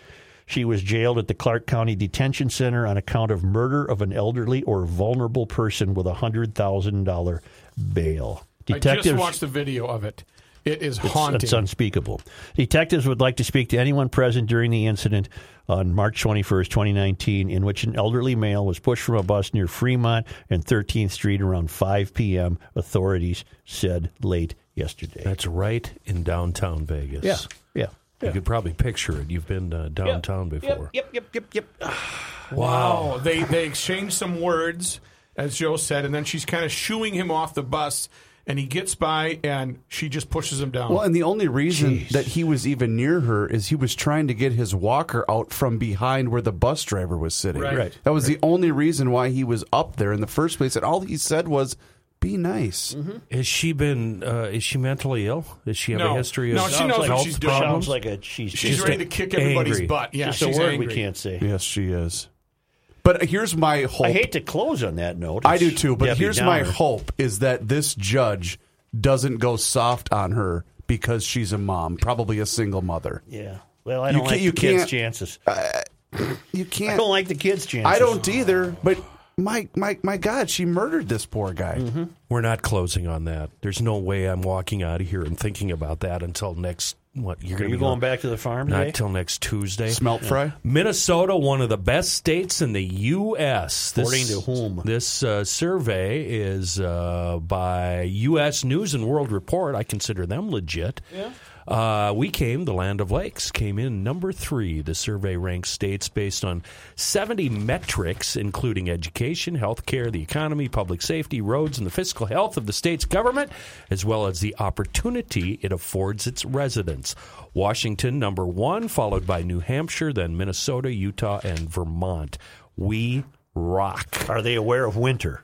She was jailed at the Clark County Detention Center on account of murder of an elderly or vulnerable person with a $100,000 bail.
I just watched the video of it. It is
It's-
haunting.
It's, unspeakable. Detectives would like to speak to anyone present during the incident on March 21st, 2019, in which an elderly male was pushed from a bus near Fremont and 13th Street around 5 p.m., authorities said late yesterday.
That's right in downtown Vegas.
Yeah, yeah.
You could probably picture it. You've been uh, downtown before.
Yep, yep, yep, yep.
Wow.
Wow. They they exchanged some words, as Joe said, and then she's kind of shooing him off the bus, and he gets by, and she just pushes him
Oh,
down.
Well, and the only reason that he was even near her is he was trying to get his walker out from behind where the bus driver was sitting.
Right. Right.
That was the only reason why he was up there in the first place. And all he said was, "Be nice."
Mm-hmm.
Has she been? Uh, is she mentally ill? Does she have
No.
a history of
No, she
sounds
knows what
health
she's doing.
Um,
problems?
Sounds like a- she's-
She's ready to kick everybody's butt. Yeah,
Just a
she's
word
angry.
we can't say.
Yes, she is. But here's my hope.
I hate to close on that note.
I do
It's
too. But
Debbie
here's my
Downer.
hope is that this judge doesn't go soft on her because she's a mom, probably a single mother.
Yeah. Well, I
You
don't
can't-
like
you
the kids'
can't-
chances.
you can't.
I don't like the kids' chances.
I don't either. But my my my God, she murdered this poor guy.
Mm-hmm.
We're not closing on that. There's no way I'm walking out of here and thinking about that until next. What you're
Are
going
you going back to the farm
Not
today?
till next Tuesday.
Smelt fry?
Minnesota, one of the best states in the U.S.
According to whom?
This uh, survey is uh, by U.S. News and World Report. I consider them legit. Yeah. Uh, we came, the land of lakes, came in number three. The survey ranks states based on 70 metrics, including education, health care, the economy, public safety, roads, and the fiscal health of the state's government, as well as the opportunity it affords its residents. Washington, number one, followed by New Hampshire, then Minnesota, Utah, and Vermont. We rock.
Are they aware of winter?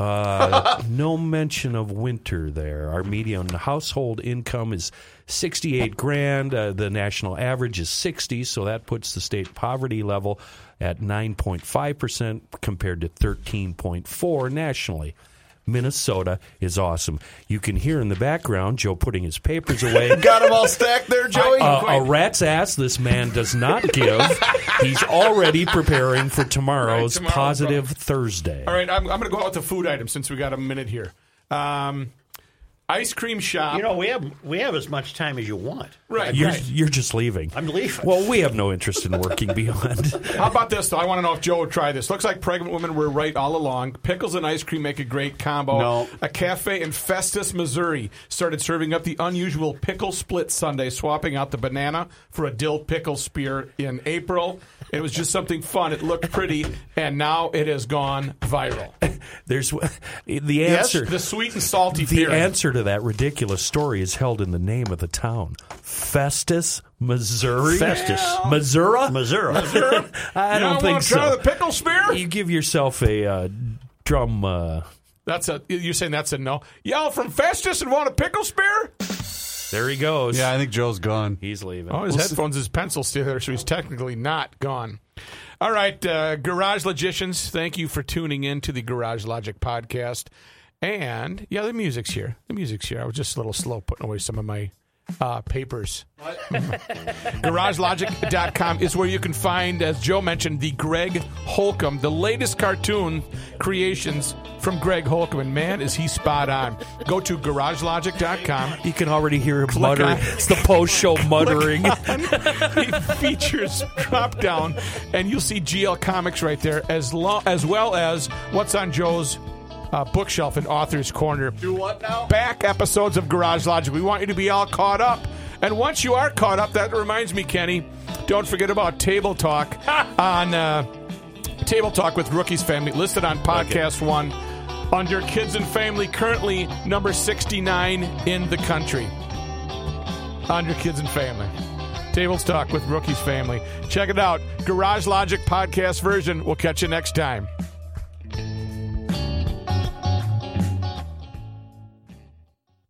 Uh, no mention of winter there. Our median household income is 68 grand. Uh, the national average is 60, so that puts the state poverty level at 9.5% compared to 13.4 nationally. Minnesota is awesome. You can hear in the background Joe putting his papers away.
Got them all stacked there, Joey.
Uh, a rat's ass this man does not give. He's already preparing for tomorrow's
tomorrow's
positive Thursday.
All right, I'm, I'm going to go out with the food item since we got a minute here. Um, ice cream shop.
You know, we have we have as much time as you want.
Right.
You're, you're just leaving. I'm
leaving.
Well, we have no interest in working beyond.
How about this though? I want to know if Joe would try this. Looks like pregnant women were right all along. Pickles and ice cream make a great combo.
No.
A cafe in Festus, Missouri, started serving up the unusual pickle split Sunday, swapping out the banana for a dill pickle spear in April. It was just something fun. It looked pretty, and now it has gone viral.
There's the
Yes,
answer.
the sweet and salty
The
theory.
answer to that ridiculous story is held in the name of the town, Festus, Missouri.
Festus.
Missouri,
Missouri.
I don't
You don't
think
wanna
so.
try the pickle spear?
You give yourself a uh, drum. Uh,
That's a you're saying that's a no. Y'all from Festus and want a pickle spear?
there he goes.
Yeah, I think Joe's gone.
He's leaving.
Oh, his
We'll see-
headphones, his pencil still there, so he's technically not gone. All right, uh, Garage Logicians, thank you for tuning in to the Garage Logic podcast. And yeah, the music's here. The music's here. I was just a little slow putting away some of my uh, papers. GarageLogic.com is where you can find, as Joe mentioned, the Greg Holcomb, the latest cartoon creations from Greg Holcomb. And man, is he spot on. Go to GarageLogic.com.
You can already hear him
Click
muttering.
on-
It's the post-show muttering.
it features drop down, and you'll see GL Comics right there, as lo- as well as what's on Joe's uh, bookshelf in Author's Corner. Do
what now?
Back episodes of Garage Logic. We want you to be all caught up. And once you are caught up, that reminds me, Kenny, don't forget about Table Talk on uh, Table Talk with Rookies Family, listed on Podcast One under Kids and Family, currently number 69 in the country on your kids and family. Table Talk with Rookie's Family. Check it out. Garage Logic podcast version. We'll catch you next time.